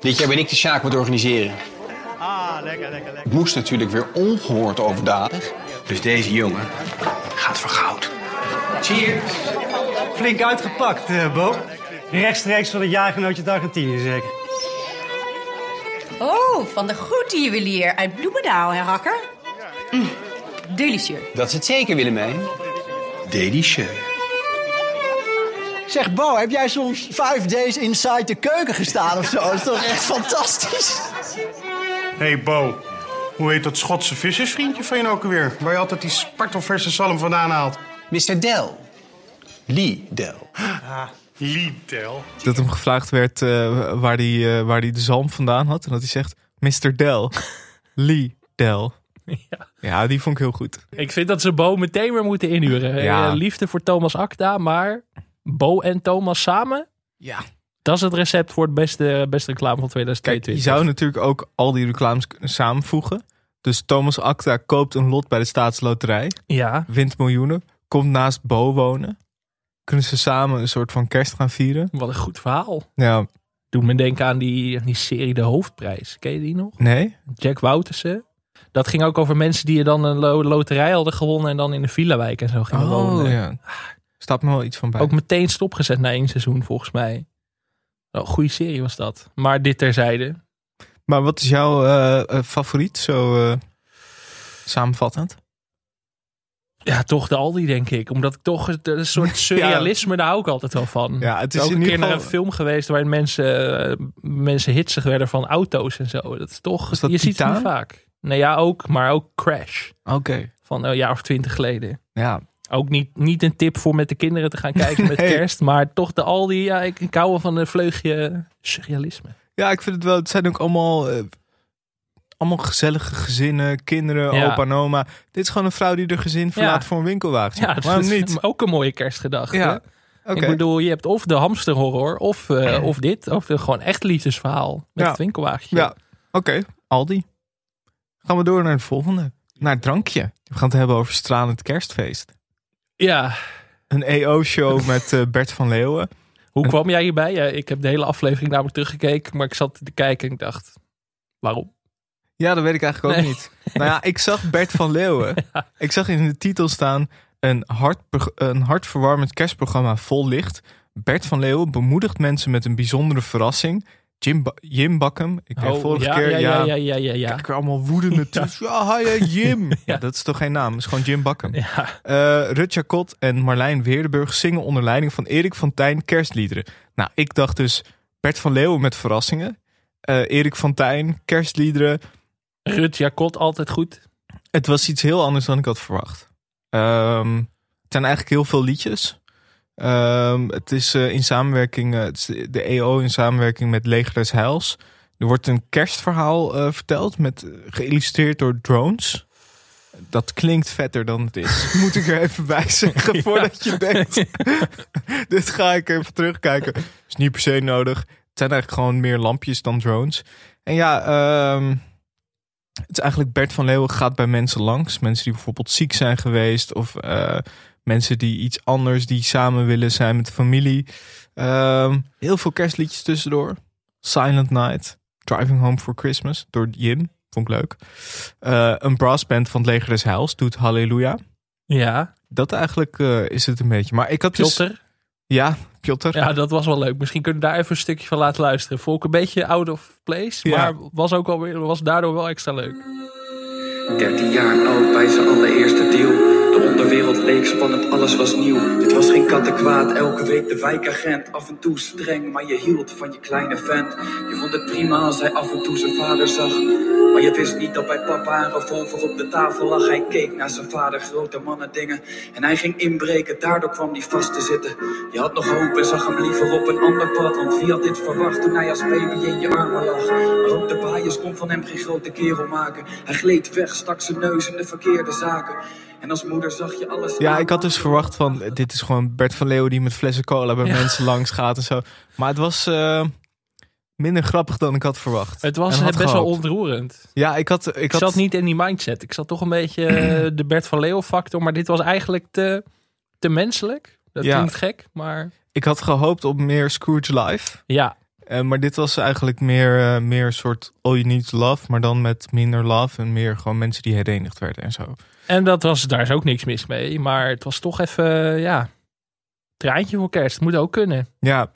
Speaker 4: Dit jaar ben ik de Sjaak wat organiseren.
Speaker 5: Ah, lekker, lekker, lekker.
Speaker 4: Het moest natuurlijk weer ongehoord overdadig. Dus deze jongen gaat voor goud. Cheers!
Speaker 5: Flink uitgepakt, eh, Bo. Rechtstreeks van het jaargenootje uit Argentinië, zeker.
Speaker 6: Oh, van de goede juwelier uit Bloemendaal, hè, Rakker? Mm, Delicieus.
Speaker 4: Dat is het zeker, Willemijn. Delicieux.
Speaker 7: Zeg Bo, heb jij soms vijf days inside de keuken gestaan of zo? Dat is toch echt fantastisch?
Speaker 8: Hé hey Bo, hoe heet dat Schotse vissersvriendje van je nou ook alweer? Waar je altijd die spartelverse zalm vandaan haalt.
Speaker 4: Mr. Del. Lee Del.
Speaker 8: Liedel.
Speaker 1: Dat hem gevraagd werd eh, waar die eh, waar die de zalm vandaan had. En dat hij zegt, Mr. Del. Lee Del.
Speaker 2: ja.
Speaker 1: Ja, die vond ik heel goed.
Speaker 2: Ik vind dat ze Bo meteen weer moeten inhuren.
Speaker 1: Ja.
Speaker 2: Eh, Liefde voor Thomas Acta, maar Bo en Thomas samen?
Speaker 1: Ja.
Speaker 2: Dat is het recept voor het beste, beste reclame van
Speaker 1: Kijk, je
Speaker 2: 2022.
Speaker 1: zou natuurlijk ook al die reclames kunnen samenvoegen. Dus Thomas Acta koopt een lot bij de staatsloterij.
Speaker 2: Ja,
Speaker 1: Wint miljoenen. Komt naast Bo wonen. Kunnen ze samen een soort van kerst gaan vieren.
Speaker 2: wat een goed verhaal.
Speaker 1: Ja,
Speaker 2: Doet me denken aan die, aan die serie De Hoofdprijs. Ken je die nog?
Speaker 1: nee?
Speaker 2: Jack Woutersen. Dat ging ook over mensen die dan een lo- loterij hadden gewonnen en dan in de villawijk en zo gingen wonen.
Speaker 1: Oh, ja. Staat me wel iets van bij.
Speaker 2: Ook meteen stopgezet na één seizoen volgens mij. Nou, goede serie was dat. Maar dit terzijde.
Speaker 1: Maar wat is jouw eh, eh, favoriet, zo eh, samenvattend?
Speaker 2: Ja, toch de Aldi denk ik. Omdat ik toch het- een soort surrealisme, daar hou ik altijd wel van.
Speaker 1: Ja, het is
Speaker 2: ook
Speaker 1: in
Speaker 2: een
Speaker 1: ieder
Speaker 2: keer naar een
Speaker 1: geval-
Speaker 2: film geweest waarin mensen, eh, mensen hitsig werden van auto's en zo. Dat is toch,
Speaker 1: Is dat
Speaker 2: je ziet het niet
Speaker 1: Titaan?
Speaker 2: vaak. Nou ja, ook, maar ook Crash
Speaker 1: Oké.
Speaker 2: van eh, een jaar of twintig geleden.
Speaker 1: Ja,
Speaker 2: Ook niet, niet een tip voor met de kinderen te gaan kijken met
Speaker 1: Nee.
Speaker 2: kerst, maar toch de Aldi. Ja, ik, ik hou wel van een vleugje surrealisme.
Speaker 1: Ja, ik vind het wel. Het zijn ook allemaal, eh, allemaal gezellige gezinnen, kinderen,
Speaker 2: Ja.
Speaker 1: opa en oma. Dit is gewoon een vrouw die haar gezin verlaat voor een winkelwagentje.
Speaker 2: Ja, dat
Speaker 1: Waarom
Speaker 2: is
Speaker 1: niet?
Speaker 2: ook een mooie kerstgedachte.
Speaker 1: Ja, oké.
Speaker 2: Ik bedoel, je hebt of de hamsterhorror, of, eh, of dit, of de, gewoon echt liefdesverhaal met
Speaker 1: Ja.
Speaker 2: het winkelwagentje.
Speaker 1: Ja, oké. Aldi. Gaan we door naar het volgende. Naar het drankje. We gaan het hebben over stralend kerstfeest.
Speaker 2: ja.
Speaker 1: Een EO-show met eh, Bert van Leeuwen.
Speaker 2: Hoe kwam jij hierbij? Ja, ik heb de hele aflevering namelijk teruggekeken, maar ik zat te kijken en ik dacht, waarom?
Speaker 1: Ja, dat weet ik eigenlijk ook
Speaker 2: Nee.
Speaker 1: niet. Nou ja, ik zag Bert van Leeuwen. Ik zag in de titel staan een, hart, een hartverwarmend kerstprogramma vol licht. Bert van Leeuwen bemoedigt mensen met een bijzondere verrassing. Jim, ba Jim Bakken, ik kreeg
Speaker 2: Oh,
Speaker 1: vorige
Speaker 2: ja,
Speaker 1: keer...
Speaker 2: ja,
Speaker 1: Ja,
Speaker 2: ja, ja, ja, ja, ja.
Speaker 1: Kijk er allemaal woedende
Speaker 2: Ja.
Speaker 1: ja. Ja, hi, eh, Jim. ja. dat is toch geen naam, dat is gewoon Jim Bakken.
Speaker 2: Ja.
Speaker 1: Eh, Rut Jacot en Marlijn Weerdenburg zingen onder leiding van Erik van Tijn kerstliederen. Nou, ik dacht dus Bert van Leeuwen met verrassingen. eh, Erik van Tijn, kerstliederen.
Speaker 2: Rut Jacot altijd goed.
Speaker 1: Het was iets heel anders dan ik had verwacht. Ehm, het zijn eigenlijk heel veel liedjes. Ehm, het is eh, in samenwerking, eh, het is de EO in samenwerking met Leger des Heils. Er wordt een kerstverhaal eh, verteld, met, geïllustreerd door drones. Dat klinkt vetter dan het is. Moet ik er even bij zeggen voordat je denkt. Dit ga ik even terugkijken. Is niet per se nodig. Het zijn eigenlijk gewoon meer lampjes dan drones. En ja, ehm, het is eigenlijk Bert van Leeuwen gaat bij mensen langs. Mensen die bijvoorbeeld ziek zijn geweest. Of eh, mensen die iets anders, die samen willen zijn met de familie. Ehm, heel veel kerstliedjes tussendoor. Silent Night, Driving Home for Christmas door Jim. Vond ik leuk. Eh, een brassband van het leger des Heils doet Halleluja.
Speaker 2: Ja,
Speaker 1: Dat eigenlijk eh, is het een beetje. Maar ik had dus...
Speaker 2: Pilter.
Speaker 1: Ja, Piotr.
Speaker 2: Ja, dat was wel leuk. Misschien kunnen we daar even een stukje van laten luisteren. Vond ik een beetje out of place,
Speaker 1: Ja.
Speaker 2: maar was, ook alweer, was daardoor wel extra leuk.
Speaker 9: 13 jaar oud bij zijn allereerste deal. De onderwereld leek spannend, alles was nieuw. Dit was geen kattenkwaad, elke week de wijkagent. Af en toe streng, maar je hield van je kleine vent. Je vond het prima als hij af en toe zijn vader zag. Maar je wist niet dat bij papa een revolver op de tafel lag. Hij keek naar zijn vader, grote mannen dingen. En hij ging inbreken, daardoor kwam hij vast te zitten. Je had nog hoop en zag hem liever op een ander pad. Want wie had dit verwacht toen hij als baby in je armen lag? Maar ook de baaiers kon van hem geen grote kerel maken. Hij gleed weg, stak zijn neus in de verkeerde zaken. En als moeder zag je alles.
Speaker 1: Ja, ik had dus verwacht van, eh, dit is gewoon Bert van Leeuwen die met flessen cola bij
Speaker 2: Ja.
Speaker 1: mensen langs gaat en zo. Maar het was eh, minder grappig dan ik had verwacht.
Speaker 2: Het was
Speaker 1: En had
Speaker 2: best wel
Speaker 1: gehoopt.
Speaker 2: ontroerend.
Speaker 1: Ja, ik had... Ik,
Speaker 2: Ik
Speaker 1: had
Speaker 2: zat niet in die mindset. Ik zat toch een beetje eh, de Bert van Leeuwen factor, maar dit was eigenlijk te, te menselijk. Dat
Speaker 1: Ja.
Speaker 2: klinkt gek, maar
Speaker 1: Ik had gehoopt op meer Scrooge Live.
Speaker 2: ja.
Speaker 1: Eh, maar dit was eigenlijk meer eh, meer een soort all you need is love, maar dan met minder love en meer gewoon mensen die herenigd werden en zo.
Speaker 2: En dat was, daar is ook niks mis mee, maar het was toch even, eh, ja, traantje voor kerst. Moet ook kunnen.
Speaker 1: Ja,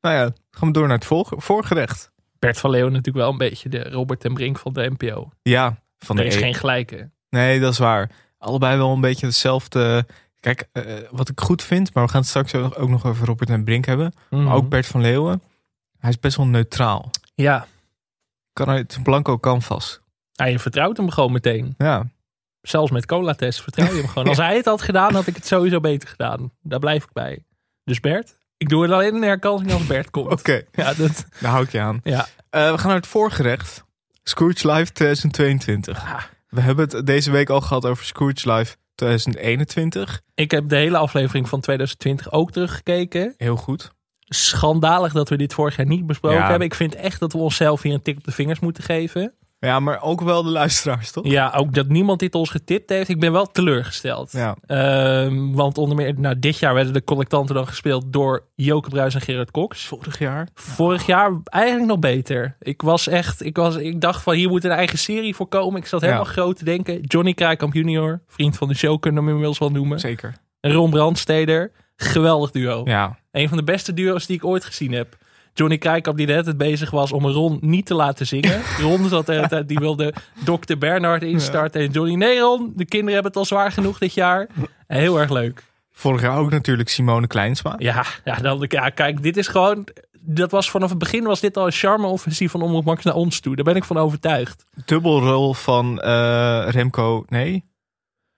Speaker 1: nou ja, gaan we door naar het volg- voorgerecht.
Speaker 2: Bert van Leeuwen natuurlijk wel een beetje de Robert en Brink van de NPO.
Speaker 1: Ja, van
Speaker 2: Er
Speaker 1: de
Speaker 2: is
Speaker 1: E-
Speaker 2: geen gelijke.
Speaker 1: Nee, dat is waar. Allebei wel een beetje hetzelfde. Kijk, eh, wat ik goed vind, maar we gaan het straks ook ook nog over Robert en Brink hebben.
Speaker 2: Mhm.
Speaker 1: Maar ook Bert van Leeuwen. Hij is best wel neutraal.
Speaker 2: Ja,
Speaker 1: Kan uit blanco canvas.
Speaker 2: Ah, je vertrouwt hem gewoon meteen.
Speaker 1: Ja.
Speaker 2: Zelfs met cola-test vertrouw je hem gewoon. Als hij het had gedaan, had ik het sowieso beter gedaan. Daar blijf ik bij. Dus Bert, ik doe het alleen in de herkansing als Bert komt.
Speaker 1: Oké,
Speaker 2: Ja, dat,
Speaker 1: daar hou ik je aan.
Speaker 2: ja.
Speaker 1: Eh, we gaan naar het voorgerecht. Scrooge Live 2022.
Speaker 2: Ah.
Speaker 1: We hebben het deze week al gehad over Scrooge Live 2021.
Speaker 2: Ik heb de hele aflevering van 2020 ook teruggekeken.
Speaker 1: Heel goed.
Speaker 2: Schandalig dat we dit vorig jaar niet besproken
Speaker 1: Ja.
Speaker 2: hebben. Ik vind echt dat we onszelf hier een tik op de vingers moeten geven.
Speaker 1: Ja, maar ook wel de luisteraars, toch?
Speaker 2: Ja, ook dat niemand dit ons getipt heeft. Ik ben wel teleurgesteld.
Speaker 1: Ja.
Speaker 2: Ehm, want onder meer, nou, dit jaar werden de collectanten dan gespeeld door Joke Bruis en Gerard Cox.
Speaker 1: Vorig jaar.
Speaker 2: Vorig jaar eigenlijk nog beter. Ik was echt, ik, was, ik dacht van hier moet een eigen serie voor komen. Ik zat helemaal
Speaker 1: Ja.
Speaker 2: groot te denken. Johnny Kraaikamp junior, vriend van de show kunnen we hem inmiddels wel noemen.
Speaker 1: Zeker.
Speaker 2: En Ron Brandsteder, geweldig duo.
Speaker 1: Ja.
Speaker 2: Een van de beste duo's die ik ooit gezien heb. Johnny Krijkamp die de hele tijd bezig was om Ron niet te laten zingen. Ron zat de hele tijd, die wilde Dr. Bernard instarten. En Johnny, nee Ron, de kinderen hebben het al zwaar genoeg dit jaar. En heel erg leuk.
Speaker 1: Vorig jaar ook natuurlijk Simone Kleinsma.
Speaker 2: Ja, ja, dan, ja, kijk, dit is gewoon... Dat was vanaf het begin was dit al een charme-offensief van Omroep Max naar ons toe. Daar ben ik van overtuigd.
Speaker 1: Dubbelrol van eh, Remco... Nee?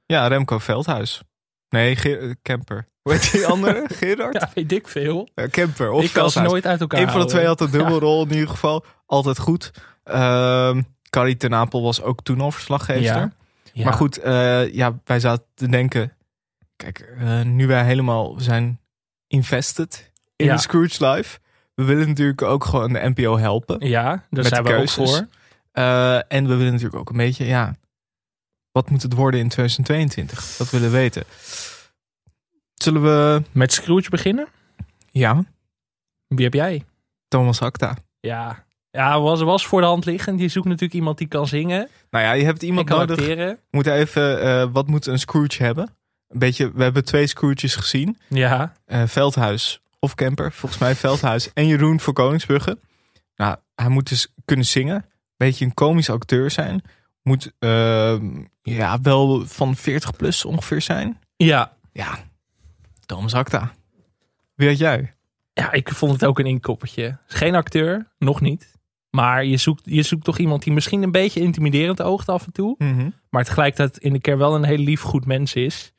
Speaker 1: Ja, Remco Veldhuis. Nee, Ge- eh, Kemper. Hoe heet die andere? Gerard?
Speaker 2: Ja, weet ik veel.
Speaker 1: Eh, Kemper of
Speaker 2: ik kan ze
Speaker 1: Veldhuis.
Speaker 2: nooit uit elkaar
Speaker 1: Een van de twee
Speaker 2: houden.
Speaker 1: had een dubbelrol in ieder geval. Altijd goed. Ehm Carrie ten Apel was ook toen al verslaggeefster.
Speaker 2: Ja. Ja.
Speaker 1: Maar goed, eh, ja, wij zaten te denken... Kijk, eh, nu wij helemaal zijn invested in
Speaker 2: Ja.
Speaker 1: Scrooge Live... We willen natuurlijk ook gewoon de NPO helpen.
Speaker 2: Ja, daar
Speaker 1: Met
Speaker 2: zijn
Speaker 1: de
Speaker 2: we ook
Speaker 1: keuzes.
Speaker 2: voor.
Speaker 1: Eh, en we willen natuurlijk ook een beetje, ja... Wat moet het worden in 2022? Dat willen we weten. Zullen we...
Speaker 2: Met Scrooge beginnen?
Speaker 1: Ja,
Speaker 2: Wie heb jij?
Speaker 1: Thomas Acta.
Speaker 2: Ja, ja was, was voor de hand liggend. Je zoekt natuurlijk iemand die kan zingen
Speaker 1: Nou ja, je hebt iemand
Speaker 2: en kan
Speaker 1: nodig
Speaker 2: acteren.
Speaker 1: We moeten even, eh, wat moet een Scrooge hebben? Een beetje, we hebben twee Scrooges gezien.
Speaker 2: Ja,
Speaker 1: Eh, Veldhuis of Kemper, volgens mij Veldhuis. En Jeroen voor Koningsbrugge. Nou, hij moet dus kunnen zingen. Beetje een komisch acteur zijn. Moet eh, ja, wel van 40 plus ongeveer zijn.
Speaker 2: ja.
Speaker 1: Ja, Thomas Acta. Wie had jij?
Speaker 2: ja, ik vond het ook een inkoppertje. Geen acteur, nog niet. Maar je zoekt, je zoekt toch iemand die misschien een beetje intimiderend oogt af en toe.
Speaker 1: Mhm.
Speaker 2: Maar tegelijkertijd in de kern wel een heel lief, goed mens is.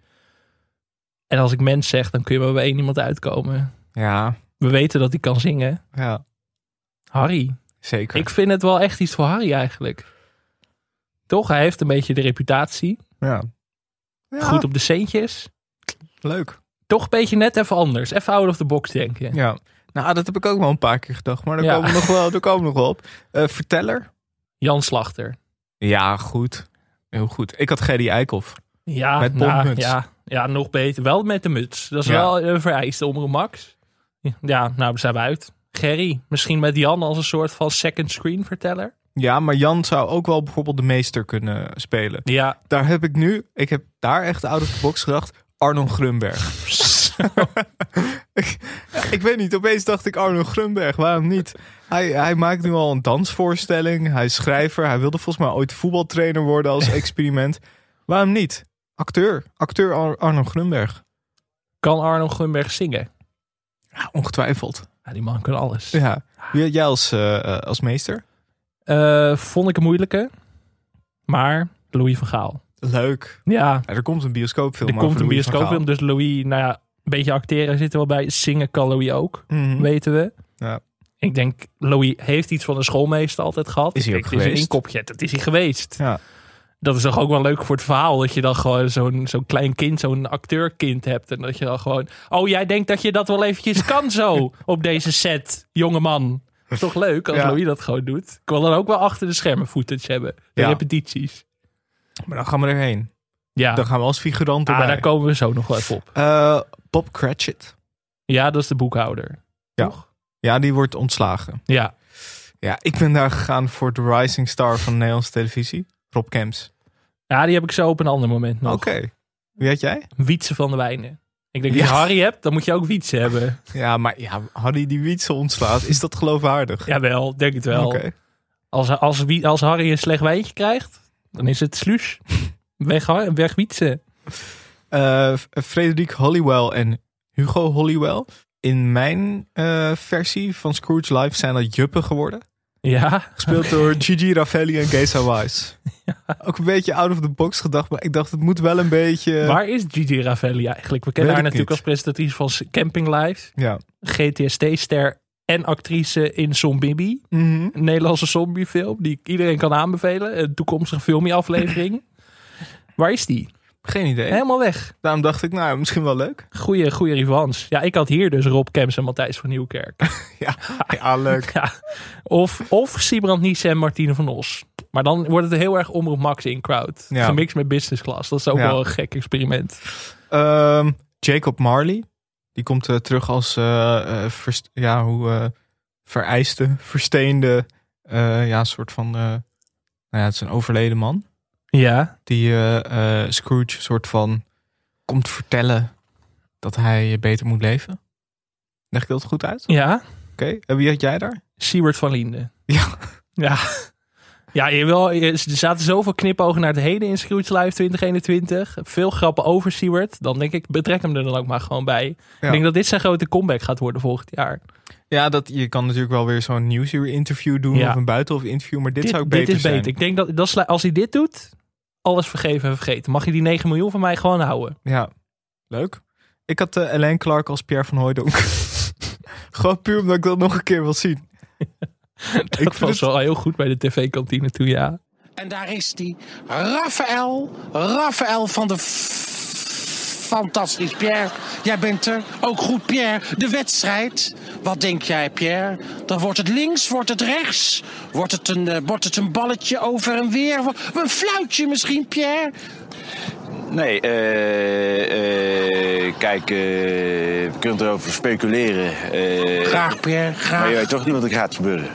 Speaker 2: En als ik mens zeg, dan kun je maar bij één iemand uitkomen.
Speaker 1: Ja,
Speaker 2: We weten dat hij kan zingen.
Speaker 1: ja,
Speaker 2: Harry.
Speaker 1: zeker.
Speaker 2: Ik vind het wel echt iets voor Harry eigenlijk. Toch? Hij heeft een beetje de reputatie.
Speaker 1: ja. Ja,
Speaker 2: Goed op de centjes.
Speaker 1: leuk.
Speaker 2: Toch een beetje net even anders. Even out of the box denken.
Speaker 1: Ja. Nou, dat heb ik ook wel een paar keer gedacht, maar daar,
Speaker 2: Ja.
Speaker 1: komen, we nog wel, daar komen we nog wel op. Eh, verteller?
Speaker 2: Jan Slachter.
Speaker 1: Ja, goed. Heel goed. Ik had Gerry Eikhoff.
Speaker 2: Ja,
Speaker 1: Met
Speaker 2: nou,
Speaker 1: bondmuts.
Speaker 2: ja, ja, nog veter. Wel met de muts. Dat is
Speaker 1: Ja.
Speaker 2: wel een vereiste om Max. Ja, nou, we zijn we uit. Gerry, misschien met Jan als een soort van second screen verteller.
Speaker 1: Ja, maar Jan zou ook wel bijvoorbeeld de meester kunnen spelen.
Speaker 2: Ja,
Speaker 1: Daar heb ik nu, ik heb daar echt out of the box gedacht, Arnon Grunberg. ik, ik weet niet, opeens dacht ik Arnon Grunberg, waarom niet? Hij, hij maakt nu al een dansvoorstelling, hij is schrijver, hij wilde volgens mij ooit voetbaltrainer worden als experiment. waarom niet? Acteur, acteur Ar Arno Grunberg.
Speaker 2: kan Arno Gunberg zingen?
Speaker 1: Ja, ongetwijfeld.
Speaker 2: Ja, die man kan alles.
Speaker 1: Ja. Jij jij als, eh, eh, als meester?
Speaker 2: Eh, vond ik een moeilijke, maar Louis van Gaal.
Speaker 1: Leuk.
Speaker 2: Ja,
Speaker 1: Ja, er komt een bioscoopfilm
Speaker 2: er komt
Speaker 1: over
Speaker 2: een
Speaker 1: Louis van Gaal.
Speaker 2: bioscoopfilm, dus Louis, nou ja, een beetje acteren zit er wel bij. Zingen kan Louis ook,
Speaker 1: Mhm.
Speaker 2: weten we.
Speaker 1: Ja.
Speaker 2: Ik denk, Louis heeft iets van een schoolmeester altijd gehad.
Speaker 1: Is hij
Speaker 2: Ik
Speaker 1: ook
Speaker 2: denk, dit
Speaker 1: geweest?
Speaker 2: een inkopje, dat is hij geweest.
Speaker 1: Ja.
Speaker 2: dat is toch ook wel leuk voor het verhaal. Dat je dan gewoon zo'n zo'n klein kind, zo'n acteurkind hebt. En dat je dan gewoon. Oh, jij denkt dat je dat wel eventjes kan zo op deze set, jongeman. Is toch leuk als
Speaker 1: Ja.
Speaker 2: Louis dat gewoon doet? Ik wil dan ook wel achter de schermen footage hebben. De
Speaker 1: Ja.
Speaker 2: repetities.
Speaker 1: Maar dan gaan we erheen.
Speaker 2: Ja,
Speaker 1: Dan gaan we als figurant
Speaker 2: ah,
Speaker 1: erbij.
Speaker 2: daar komen we zo nog wel even op.
Speaker 1: Eh, Bob Cratchit.
Speaker 2: Ja, dat is de boekhouder.
Speaker 1: Ja.
Speaker 2: Toch?
Speaker 1: Ja, die wordt ontslagen.
Speaker 2: Ja.
Speaker 1: Ja, ik ben daar gegaan voor de rising star van de Nederlandse televisie. Rob Kemps.
Speaker 2: ja, die heb ik zo op een ander moment nog.
Speaker 1: Oké. Wie had jij?
Speaker 2: Wietse van de Wijnen. Ik denk, als
Speaker 1: Ja.
Speaker 2: je Harry hebt, dan moet je ook Wietse hebben.
Speaker 1: Ja, maar ja, Harry die Wietse ontslaat. Is dat geloofwaardig?
Speaker 2: Jawel, denk het wel.
Speaker 1: Oké.
Speaker 2: Als, als, wie- als Harry een slecht wijntje krijgt, dan is het sluus. Weg, Har- weg Wietse.
Speaker 1: Eh, F- Frederik Hollywell en Hugo Hollywell. In mijn eh, versie van Scrooge Live zijn dat juppen geworden.
Speaker 2: Ja,
Speaker 1: Gespeeld door Gigi Raffelli en Geza Wise. Ook een beetje out of the box gedacht, maar ik dacht het moet wel een beetje...
Speaker 2: waar is Gigi Ravelli eigenlijk? We
Speaker 1: Weet
Speaker 2: kennen haar
Speaker 1: ik
Speaker 2: natuurlijk
Speaker 1: niet.
Speaker 2: als presentatrice van Camping Live,
Speaker 1: Ja.
Speaker 2: GTST-ster en actrice in Zombie,
Speaker 1: Mhm.
Speaker 2: een Nederlandse zombiefilm die ik iedereen kan aanbevelen. Een toekomstige filmie-aflevering. waar is die?
Speaker 1: Geen idee.
Speaker 2: Helemaal weg.
Speaker 1: Daarom dacht ik, nou, misschien wel leuk.
Speaker 2: Goeie, goeie revanche. Ja, ik had hier dus Rob Kemps en Matthijs van Nieuwkerk.
Speaker 1: Ja, ja leuk.
Speaker 2: ja. Of, of Sibrand Nissen en Martine van Os. Maar dan wordt het heel erg omroep Max in crowd.
Speaker 1: Ja.
Speaker 2: Gemixt met business class. Dat is ook
Speaker 1: Ja.
Speaker 2: wel een gek experiment.
Speaker 1: Ehm, Jacob Marley. Die komt eh, terug als eh, eh, vers- ja, hoe, eh, vereiste, versteende, eh, ja, soort van, eh, nou ja, het is een overleden man.
Speaker 2: Ja.
Speaker 1: Die eh, eh, Scrooge soort van komt vertellen dat hij beter moet leven. Leg ik dat goed uit?
Speaker 2: Ja.
Speaker 1: Oké, en wie had jij daar?
Speaker 2: Siewert van Linden.
Speaker 1: Ja.
Speaker 2: Ja. Ja, je wil, je- er zaten zoveel knipogen naar het heden in Scrooge Live 2021. Veel grappen over Siewert. Dan denk ik, betrek hem er dan ook maar gewoon bij.
Speaker 1: Ja.
Speaker 2: Ik denk dat dit zijn grote comeback gaat worden volgend jaar. ja
Speaker 1: Ja, dat, je kan natuurlijk wel weer zo'n nieuwsuur-interview doen
Speaker 2: Ja.
Speaker 1: of een buitenhof-interview, maar dit, zou ik beter
Speaker 2: dit is
Speaker 1: zijn.
Speaker 2: beter. Ik denk dat, dat sla- als hij dit doet, alles vergeven en vergeten. Mag je die 9 miljoen van mij gewoon houden?
Speaker 1: Ja, leuk. Ik had eh Alain Clark als Pierre van Hooijdonk. Gewoon puur omdat ik dat nog een keer wil zien.
Speaker 2: Dat
Speaker 1: Ik
Speaker 2: ik
Speaker 1: vond
Speaker 2: was
Speaker 1: het,
Speaker 2: wel heel goed bij de tv-kantine toen, ja.
Speaker 4: En daar is die Raphaël, Raphaël van de F- Fantastisch Pierre. Jij bent er, ook goed Pierre. De wedstrijd, wat denk jij Pierre? Dan wordt het links, wordt het rechts? Wordt het een, eh, wordt het een balletje over en weer? Wa- Een fluitje misschien Pierre?
Speaker 10: Nee, eh eh, kijk, eh, je kunt erover speculeren. eh,
Speaker 4: Graag Pierre,
Speaker 10: maar je
Speaker 4: graag.
Speaker 10: weet toch niet wat er gaat gebeuren.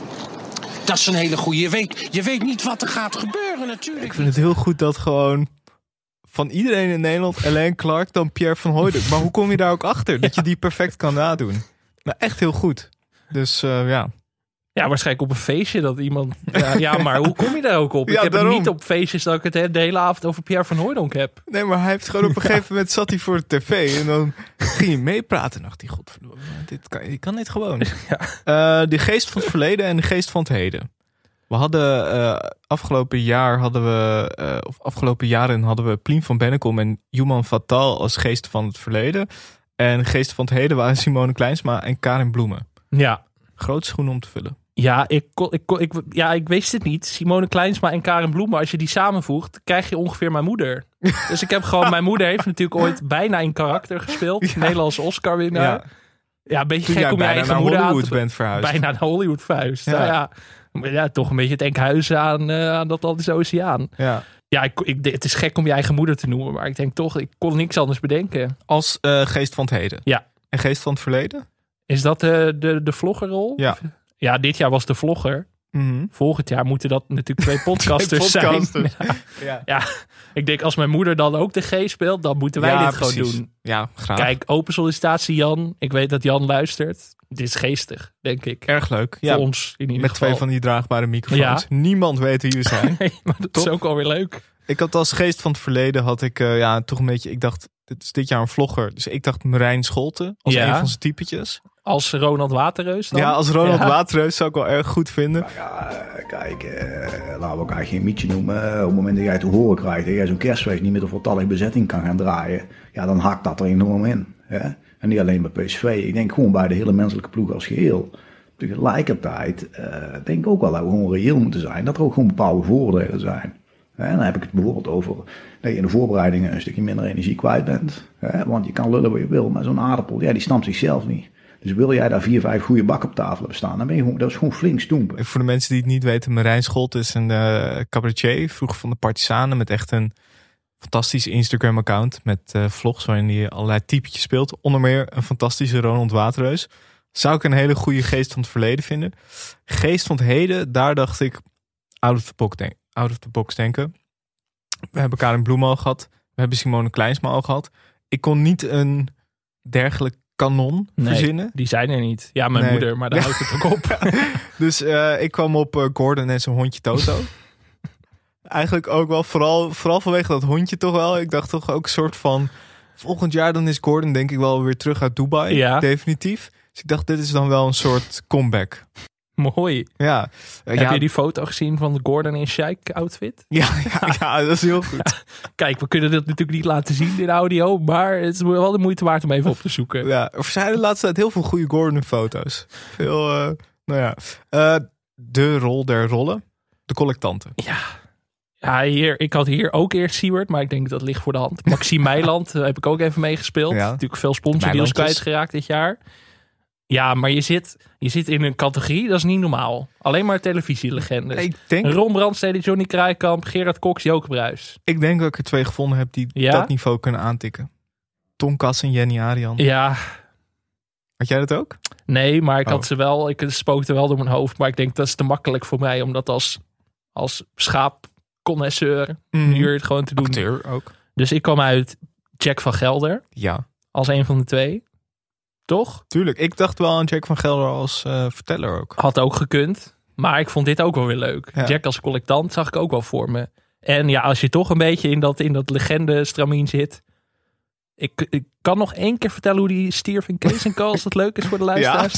Speaker 4: Dat is een hele goeie. Je weet, je weet niet wat er gaat gebeuren natuurlijk.
Speaker 1: ik vind het heel goed dat gewoon van iedereen in Nederland Alain Clark dan Pierre van Hooijdonk. Maar hoe kom je daar ook achter? Dat je die perfect kan nadoen. Nou, echt heel goed. Dus eh, ja.
Speaker 2: Ja, waarschijnlijk op een feestje dat iemand... Ja, ja, maar hoe kom je daar ook op?
Speaker 1: Ja,
Speaker 2: ik heb
Speaker 1: daarom.
Speaker 2: het niet op feestjes dat ik het he- de hele avond over Pierre van Hooijdonk heb.
Speaker 1: Nee, maar hij heeft gewoon op een gegeven moment zat hij voor de tv. En dan ging hij meepraten. En dacht hij, godverdomme, dit kan, ik kan dit gewoon. Eh, de geest van het verleden en de geest van het heden. We hadden eh, afgelopen jaar hadden we, eh, of afgelopen jaren hadden we Plien van Bennekom en Human Fatal als geest van het verleden. En geest van het heden waren Simone Kleinsma en Karin Bloemen.
Speaker 2: Ja.
Speaker 1: Groot schoen om te vullen.
Speaker 2: Ja ik, kon- ik, kon- ik, ja, ik wist het niet. Simone Kleinsma en Karen Bloemen, als je die samenvoegt, krijg je ongeveer mijn moeder. Dus ik heb gewoon, mijn moeder heeft natuurlijk ooit bijna in karakter gespeeld. Nederlandse Oscar-winnaar. Ja.
Speaker 1: Ja.
Speaker 2: een beetje
Speaker 1: Toen
Speaker 2: gek
Speaker 1: jij
Speaker 2: Nou, om
Speaker 1: bijna
Speaker 2: je eigen
Speaker 1: naar
Speaker 2: moeder
Speaker 1: Hollywood
Speaker 2: aan te...
Speaker 1: bent verhuisd.
Speaker 2: Bijna naar Hollywood vuist.
Speaker 1: Ja.
Speaker 2: Ja. Nou ja. Maar ja, toch een beetje het Enkhuizen aan, eh, aan de Atlantische Oceaan.
Speaker 1: Ja.
Speaker 2: Ja, ik, ik, het is gek om je eigen moeder te noemen, maar ik denk toch, ik kon niks anders bedenken.
Speaker 1: Als eh, geest van het heden.
Speaker 2: Ja.
Speaker 1: En geest van het verleden?
Speaker 2: Is dat de, de, de vloggerrol?
Speaker 1: Ja.
Speaker 2: Ja, dit jaar was de vlogger.
Speaker 1: Mhm.
Speaker 2: Volgend jaar moeten dat natuurlijk twee podcasters zijn.
Speaker 1: podcasters.
Speaker 2: Ja.
Speaker 1: Ja.
Speaker 2: Ja, ik denk als mijn moeder dan ook de G speelt, dan moeten wij
Speaker 1: Ja,
Speaker 2: dit gewoon
Speaker 1: precies.
Speaker 2: doen.
Speaker 1: Ja, graag.
Speaker 2: Kijk, open sollicitatie Jan. Ik weet dat Jan luistert. Dit is geestig, denk ik.
Speaker 1: Erg leuk.
Speaker 2: Voor ons in ieder
Speaker 1: Met
Speaker 2: geval.
Speaker 1: twee van die draagbare microfoons. Niemand weet wie we zijn.
Speaker 2: Nee, maar dat is
Speaker 1: Top.
Speaker 2: ook alweer leuk.
Speaker 1: Ik had als geest van het verleden, had ik eh, ja, toch een beetje, ik dacht, dit is dit jaar een vlogger. Dus ik dacht Marijn Scholten als
Speaker 2: Ja.
Speaker 1: een van zijn typetjes.
Speaker 2: Als Ronald Waterreus dan?
Speaker 1: Ja, als Ronald
Speaker 2: Ja.
Speaker 1: Waterreus zou ik wel erg goed vinden.
Speaker 11: Eh, Kijk, eh, laten we elkaar geen mietje noemen. Eh, Op het moment dat jij te horen krijgt dat jij zo'n kerstfeest niet met een voltallige bezetting kan gaan draaien, ja, dan hakt dat er enorm in. Hè? En niet alleen bij PSV, ik denk gewoon bij de hele menselijke ploeg als geheel. Tegelijkertijd eh, denk ik ook wel dat we gewoon reëel moeten zijn, dat er ook gewoon bepaalde voordelen zijn. Hè, En dan heb ik het bijvoorbeeld over dat je in de voorbereidingen een stukje minder energie kwijt bent. Hè? Want je kan lullen wat je wil, maar zo'n aardappel, ja, die snapt zichzelf niet. Dus wil jij daar vier, vijf goede bakken op tafel hebben staan, dan ben je gewoon, dat is gewoon flink stoempen.
Speaker 1: En voor de mensen die het niet weten, Marijn Scholten is een eh cabaretier, vroeger van de Partisanen, met echt een fantastisch Instagram-account met eh, vlogs waarin hij allerlei typetjes speelt. Onder meer een fantastische Ronald Waterreus. Zou ik een hele goede geest van het verleden vinden. Geest van het heden, daar dacht ik out of the box, denk, out of the box denken. We hebben Karin Bloem al gehad. We hebben Simone Kleinsma al gehad. Ik kon niet een dergelijk kanon
Speaker 2: Nee,
Speaker 1: verzinnen.
Speaker 2: die zijn er niet. Ja, mijn
Speaker 1: Nee.
Speaker 2: moeder, maar daar
Speaker 1: Ja.
Speaker 2: houdt het ook op.
Speaker 1: Dus eh, ik kwam op eh, Gordon en zijn hondje Toto. Eigenlijk ook wel, vooral, vooral vanwege dat hondje toch wel. Ik dacht toch ook een soort van... Volgend jaar dan is Gordon denk ik wel weer terug uit Dubai.
Speaker 2: Ja.
Speaker 1: Definitief. Dus ik dacht, dit is dan wel een soort comeback.
Speaker 2: Mooi.
Speaker 1: Ja. Eh,
Speaker 2: Heb
Speaker 1: ja,
Speaker 2: je die foto gezien van de Gordon in Sheik outfit?
Speaker 1: ja, ja, ja, dat is heel goed.
Speaker 2: Kijk, we kunnen dat natuurlijk niet laten zien in audio, maar het is wel de moeite waard om even op te zoeken.
Speaker 1: Ja. Er zijn de laatste tijd heel veel goede Gordon-foto's. Veel, eh, nou ja. Eh, de rol der rollen. De collectanten.
Speaker 2: Ja, hier, ik had hier ook eerst Siewert, maar ik denk dat ligt voor de hand. Maxime Meiland eh, heb ik ook even meegespeeld.
Speaker 1: Ja.
Speaker 2: Natuurlijk veel sponsordeals
Speaker 1: Meilandjes.
Speaker 2: kwijtgeraakt dit jaar. Ja, maar je zit, je zit in een categorie, dat is niet normaal. Alleen maar televisielegenden.
Speaker 1: Ik denk-
Speaker 2: Ron Brandstede, Johnny Krijkamp, Gerard Cox, Joke Bruis.
Speaker 1: Ik denk dat ik er twee gevonden heb die
Speaker 2: Ja?
Speaker 1: dat niveau kunnen aantikken. Tom Kas en Jenny Arian.
Speaker 2: Ja,
Speaker 1: Had jij dat ook?
Speaker 2: nee, maar ik
Speaker 1: Oh.
Speaker 2: had ze wel, ik het spookte wel door mijn hoofd. Maar ik denk, dat is te makkelijk voor mij om dat als, als schaapconnoisseur
Speaker 1: Mhm.
Speaker 2: nu gewoon te doen.
Speaker 1: Acteur ook.
Speaker 2: Dus ik kwam uit Jack van Gelder
Speaker 1: Ja,
Speaker 2: als een van de twee. Toch?
Speaker 1: tuurlijk. Ik dacht wel aan Jack van Gelder als eh, verteller ook.
Speaker 2: Had ook gekund. Maar ik vond dit ook wel weer leuk.
Speaker 1: Ja.
Speaker 2: Jack als collectant zag ik ook wel voor me. En ja, als je toch een beetje in dat, in dat legende-stramien zit. Ik, ik kan nog één keer vertellen hoe die stierf in Kees en Co. Als dat leuk is voor de luisteraars.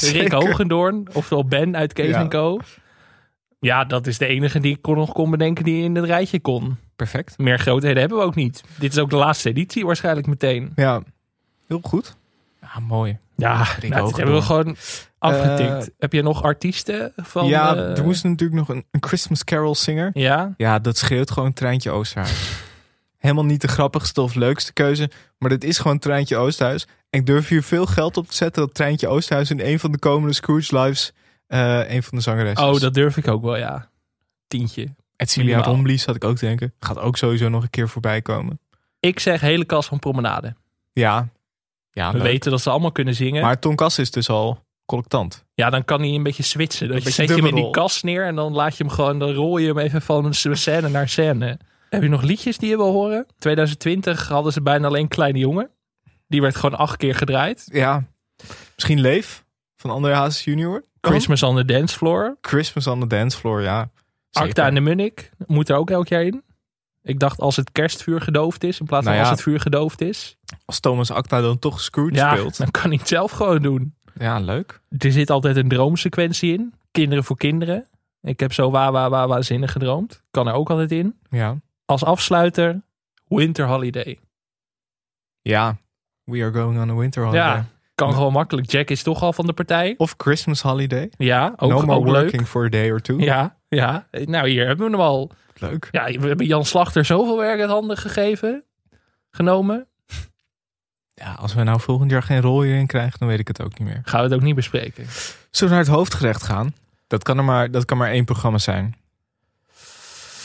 Speaker 1: Ja,
Speaker 2: Rick
Speaker 1: zeker.
Speaker 2: Hogendoorn, oftewel Ben uit Kees
Speaker 1: Ja.
Speaker 2: en Co. Ja, dat is de enige die ik kon, nog kon bedenken die in het rijtje kon.
Speaker 1: Perfect.
Speaker 2: Meer grootheden hebben we ook niet. Dit is ook de laatste editie waarschijnlijk meteen.
Speaker 1: Ja, heel goed. Ja, mooi.
Speaker 2: Ja,
Speaker 1: Rick
Speaker 2: nou, dit hebben we gewoon afgetikt.
Speaker 1: Eh,
Speaker 2: Heb je nog artiesten van...
Speaker 1: ja,
Speaker 2: eh,
Speaker 1: er moest natuurlijk nog een, een Christmas Carol singer.
Speaker 2: Ja?
Speaker 1: Ja, dat schreeuwt gewoon Treintje Oosterhuis. Helemaal niet de grappigste of leukste keuze, maar dit is gewoon Treintje Oosterhuis. En ik durf hier veel geld op te zetten dat Treintje Oosterhuis in een van de komende Scrooge Lives eh, een van de zangeressen
Speaker 2: Oh,
Speaker 1: is.
Speaker 2: dat durf ik ook wel, ja. Tientje.
Speaker 1: Edcilia
Speaker 2: Minimaal.
Speaker 1: Rombly zat ik ook te denken. Gaat ook sowieso nog een keer voorbij komen.
Speaker 2: Ik zeg hele kast van promenade.
Speaker 1: Ja. ja
Speaker 2: We
Speaker 1: leuk.
Speaker 2: weten dat ze allemaal kunnen zingen.
Speaker 1: Maar Tonkas is dus al collectant.
Speaker 2: ja, dan kan hij een beetje switchen. Dat je
Speaker 1: beetje
Speaker 2: zet je hem in die
Speaker 1: dubbelrol.
Speaker 2: kast neer en dan laat je hem gewoon, dan rol je hem even van scène naar scène. Heb je nog liedjes die je wil horen? 2020 hadden ze bijna alleen Kleine Jongen. Die werd gewoon acht keer gedraaid.
Speaker 1: Ja. Misschien Leef van André Hazes junior. Kan.
Speaker 2: Christmas on the Dance Floor.
Speaker 1: Christmas on the dancefloor, ja. Zeker.
Speaker 2: Acta en de Munnik moet er ook elk jaar in. Ik dacht als het kerstvuur gedoofd is, in plaats van
Speaker 1: Nou ja.
Speaker 2: als het vuur gedoofd is.
Speaker 1: Als Thomas Acta dan toch Scrooge
Speaker 2: Ja,
Speaker 1: speelt.
Speaker 2: dan kan hij het zelf gewoon doen.
Speaker 1: Ja, leuk.
Speaker 2: er zit altijd een droomsequentie in. Kinderen voor kinderen. Ik heb zo wa wa wa wa zinnen gedroomd. Kan er ook altijd in.
Speaker 1: Ja.
Speaker 2: Als afsluiter Winter Holiday.
Speaker 1: Ja. We are going on a winter holiday.
Speaker 2: Ja, kan gewoon makkelijk. Jack is toch al van de partij.
Speaker 1: Of Christmas holiday.
Speaker 2: Ja, ook,
Speaker 1: no more
Speaker 2: ook
Speaker 1: working
Speaker 2: leuk.
Speaker 1: for a day or two.
Speaker 2: Ja, ja. Nou, hier hebben we hem al.
Speaker 1: Leuk.
Speaker 2: Ja, we hebben Jan Slachter zoveel werk uit handen gegeven. Genomen.
Speaker 1: Ja, als we nou volgend jaar geen rol hierin krijgen, dan weet ik het ook niet meer.
Speaker 2: Gaan we het ook niet bespreken.
Speaker 1: Zullen we naar het hoofdgerecht gaan? Dat kan, er maar, dat kan maar één programma zijn.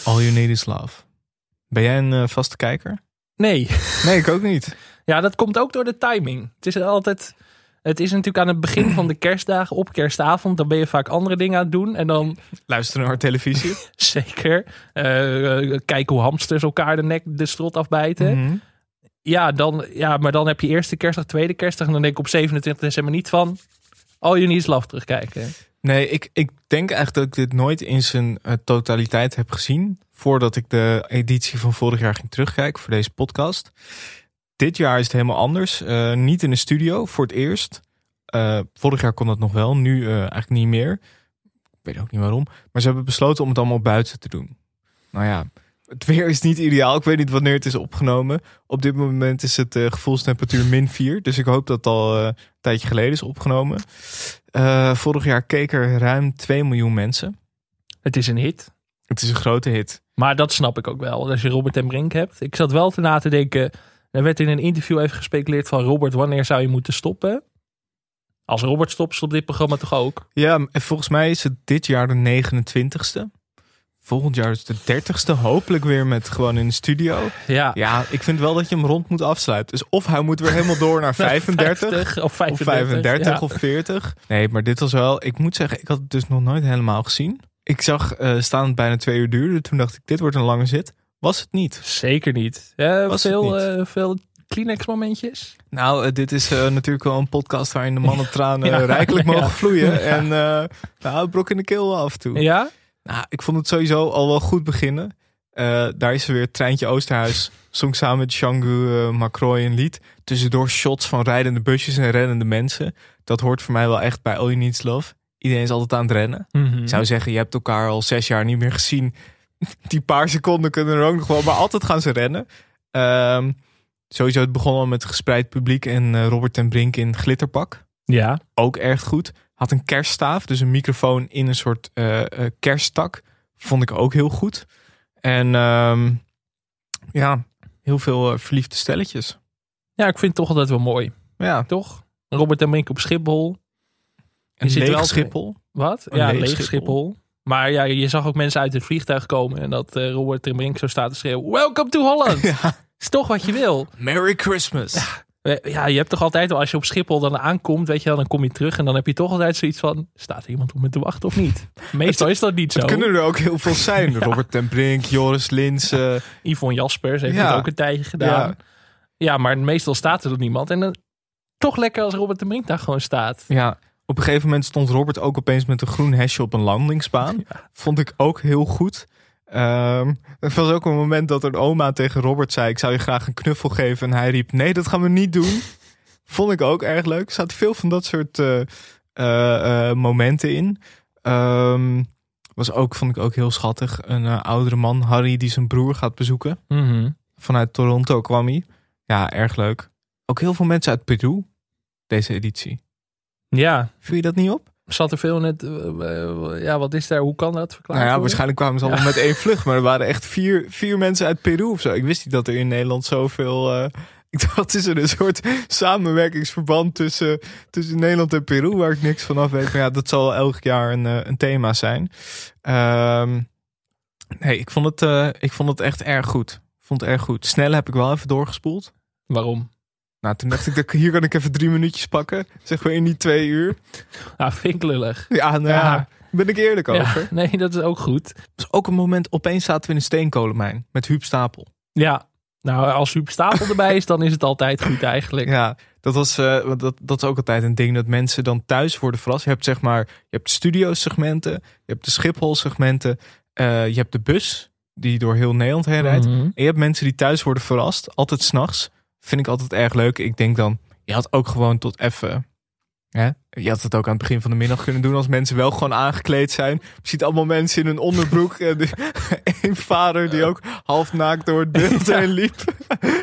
Speaker 1: All You Need Is Love. Ben jij een eh, vaste kijker?
Speaker 2: Nee.
Speaker 1: Nee, ik ook niet.
Speaker 2: Ja, dat komt ook door de timing. Het is altijd. Het is natuurlijk aan het begin van de kerstdagen, op kerstavond, dan ben je vaak andere dingen aan het doen. En dan
Speaker 1: Luisteren naar televisie.
Speaker 2: zeker eh, eh, kijken hoe hamsters elkaar de nek, de strot afbijten.
Speaker 1: Mhm.
Speaker 2: Ja, dan, ja, maar dan heb je eerste kerstdag, tweede kerstdag. En dan denk ik op 27 december niet van. Al je niet laf terugkijken.
Speaker 1: Nee, ik, ik denk echt dat ik dit nooit in zijn eh, totaliteit heb gezien. Voordat ik de editie van vorig jaar ging terugkijken voor deze podcast. Dit jaar is het helemaal anders. Eh, niet in de studio, voor het eerst. Eh, vorig jaar kon dat nog wel, nu eh, eigenlijk niet meer. Ik weet ook niet waarom. Maar ze hebben besloten om het allemaal buiten te doen. Nou ja, het weer is niet ideaal. Ik weet niet wanneer het is opgenomen. Op dit moment is het eh, gevoelstemperatuur min 4. Dus ik hoop dat het al eh, een tijdje geleden is opgenomen. Eh, vorig jaar keek er ruim 2 miljoen mensen.
Speaker 2: Het is een hit.
Speaker 1: Het is een grote hit.
Speaker 2: Maar dat snap ik ook wel. Als je Robert en Brink hebt. Ik zat wel te na te denken. Er werd in een interview even gespeculeerd van Robert, wanneer zou je moeten stoppen? Als Robert stopt, stopt dit programma toch ook?
Speaker 1: Ja, en volgens mij is het dit jaar de 29ste. Volgend jaar is het de 30ste. Hopelijk weer met gewoon in de studio.
Speaker 2: Ja.
Speaker 1: Ja, ik vind wel dat je hem rond moet afsluiten. Dus of hij moet weer helemaal door naar 35.
Speaker 2: 50 of 35.
Speaker 1: Of 35
Speaker 2: ja.
Speaker 1: of 40. Nee, maar dit was wel. Ik moet zeggen, ik had het dus nog nooit helemaal gezien. Ik zag eh, staan het bijna twee uur duurde. Toen dacht ik, dit wordt een lange zit. Was het niet?
Speaker 2: Zeker niet. Ja,
Speaker 1: Was het
Speaker 2: veel,
Speaker 1: niet?
Speaker 2: eh, veel Kleenex momentjes.
Speaker 1: Nou, eh, dit is eh, natuurlijk wel een podcast waarin de mannen tranen
Speaker 2: Ja.
Speaker 1: rijkelijk
Speaker 2: Ja.
Speaker 1: mogen vloeien. En eh nou, brok in de keel af en toe.
Speaker 2: Ja?
Speaker 1: Nou, ik vond het sowieso al wel goed beginnen. Eh, daar is er weer Treintje Oosterhuis. Zong samen met Django eh, Macroy een lied. Tussendoor shots van rijdende busjes en rennende mensen. Dat hoort voor mij wel echt bij All You Needs Love. Iedereen is altijd aan het rennen.
Speaker 2: Mhm.
Speaker 1: Ik zou zeggen, je hebt elkaar al zes jaar niet meer gezien. Die paar seconden kunnen er ook nog wel. Maar altijd gaan ze rennen. Ehm, sowieso, het begon al met gespreid publiek. En eh, Robert ten Brink in glitterpak
Speaker 2: Ja.
Speaker 1: ook erg goed. Had een kerststaaf, dus een microfoon in een soort eh, eh, kersttak. Vond ik ook heel goed. En ehm, ja, heel veel eh, verliefde stelletjes.
Speaker 2: Ja, ik vind het toch altijd wel mooi.
Speaker 1: Ja,
Speaker 2: Toch? Robert en Brink op Schiphol.
Speaker 1: en
Speaker 2: zit
Speaker 1: leeg
Speaker 2: wel-
Speaker 1: Schiphol.
Speaker 2: Wat?
Speaker 1: Een
Speaker 2: ja,
Speaker 1: leeg
Speaker 2: leeg Schiphol.
Speaker 1: Schiphol.
Speaker 2: Maar ja, je zag ook mensen uit het vliegtuig komen. En dat eh, Robert en Brink zo staat te schreeuwen. Welcome to Holland. Is toch wat je wil.
Speaker 1: Merry Christmas.
Speaker 2: Eh, Ja, je hebt toch altijd wel, als je op Schiphol dan aankomt, weet je wel, dan kom je terug. En dan heb je toch altijd zoiets van, staat er iemand op me te wachten of niet? Meestal is dat niet zo.
Speaker 1: Het kunnen er ook heel veel zijn. Robert ten Brink, Joris Linsen.
Speaker 2: Yvonne Jaspers heeft
Speaker 1: Ja.
Speaker 2: het ook een tijdje gedaan.
Speaker 1: Ja.
Speaker 2: Ja. maar meestal staat er dan niemand. En dan toch lekker als Robert de Brink daar gewoon staat.
Speaker 1: Ja, op een gegeven moment stond Robert ook opeens met een groen hesje op een landingsbaan. Vond ik ook heel goed. Ehm er was ook een moment dat een oma tegen Robert zei: Ik zou je graag een knuffel geven. En hij riep: Nee, dat gaan we niet doen. Vond ik ook erg leuk. Er zaten veel van dat soort eh, eh, eh, momenten in. Ehm, was ook, vond ik ook heel schattig. Een eh, oudere man, Harry, die zijn broer gaat bezoeken.
Speaker 2: Mhm.
Speaker 1: Vanuit Toronto kwam hij. Ja, erg leuk. Ook heel veel mensen uit Peru. Deze editie.
Speaker 2: Ja,
Speaker 1: Viel je dat niet op?
Speaker 2: zat er veel in het, eh, eh, ja, wat is daar, hoe kan dat
Speaker 1: Nou
Speaker 2: verklaren?
Speaker 1: ja,
Speaker 2: worden?
Speaker 1: waarschijnlijk kwamen ze allemaal met één vlucht. Maar er waren echt vier, vier mensen uit Peru of zo. Ik wist niet dat er in Nederland zoveel... eh, ik dacht, het is er een soort samenwerkingsverband tussen, tussen Nederland en Peru... waar ik niks van af weet. Maar ja, dat zal wel elk jaar een, eh, een thema zijn. Ehm, nee, ik vond, het, eh, ik vond het echt erg goed. Ik vond het erg goed. Snelle heb ik wel even doorgespoeld.
Speaker 2: Waarom?
Speaker 1: Nou, toen dacht ik, dat ik- hier kan ik even drie minuutjes pakken. Zeg maar in die twee uur.
Speaker 2: Nou, vind ik lullig.
Speaker 1: Ja, nou ja,
Speaker 2: Ja.
Speaker 1: ben ik eerlijk
Speaker 2: Ja,
Speaker 1: over.
Speaker 2: nee, dat is ook goed.
Speaker 1: Er was Dus ook een moment, opeens zaten we in een steenkolenmijn met Huub Stapel.
Speaker 2: Ja, nou, als Huub Stapel erbij is, dan is het altijd goed eigenlijk.
Speaker 1: Ja, dat, was, eh, want dat, dat is ook altijd een ding dat mensen dan thuis worden verrast. Je hebt zeg maar, je hebt studiosegmenten, je hebt de Schiphol-segmenten, eh, je hebt de bus die door heel Nederland heen rijdt.
Speaker 2: Mhm.
Speaker 1: En je hebt mensen die thuis worden verrast, altijd s'nachts. Vind ik altijd erg leuk. Ik denk dan, je had ook gewoon tot even Hè? Je had het ook aan het begin van de middag kunnen doen als mensen wel gewoon aangekleed zijn. Je ziet allemaal mensen in hun onderbroek. eh, die- Eén vader die ook half naakt door het beeld heen liep.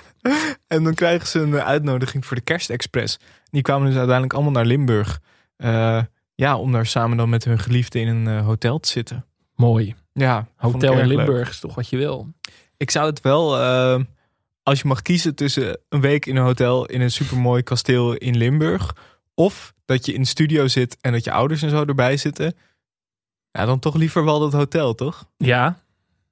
Speaker 1: en dan krijgen ze een eh, uitnodiging voor de kerstexpress. Die kwamen dus uiteindelijk allemaal naar Limburg. Eh, ja, om daar samen dan met hun geliefde in een eh, hotel te zitten.
Speaker 2: Mooi.
Speaker 1: Ja, vond ik
Speaker 2: Hotel in
Speaker 1: erg leuk.
Speaker 2: Limburg is toch wat je wil.
Speaker 1: Ik zou het wel, eh, als je mag kiezen tussen een week in een hotel in een supermooi kasteel in Limburg. Of dat je in de studio zit en dat je ouders en zo erbij zitten. Ja, dan toch liever wel dat hotel, toch?
Speaker 2: Ja.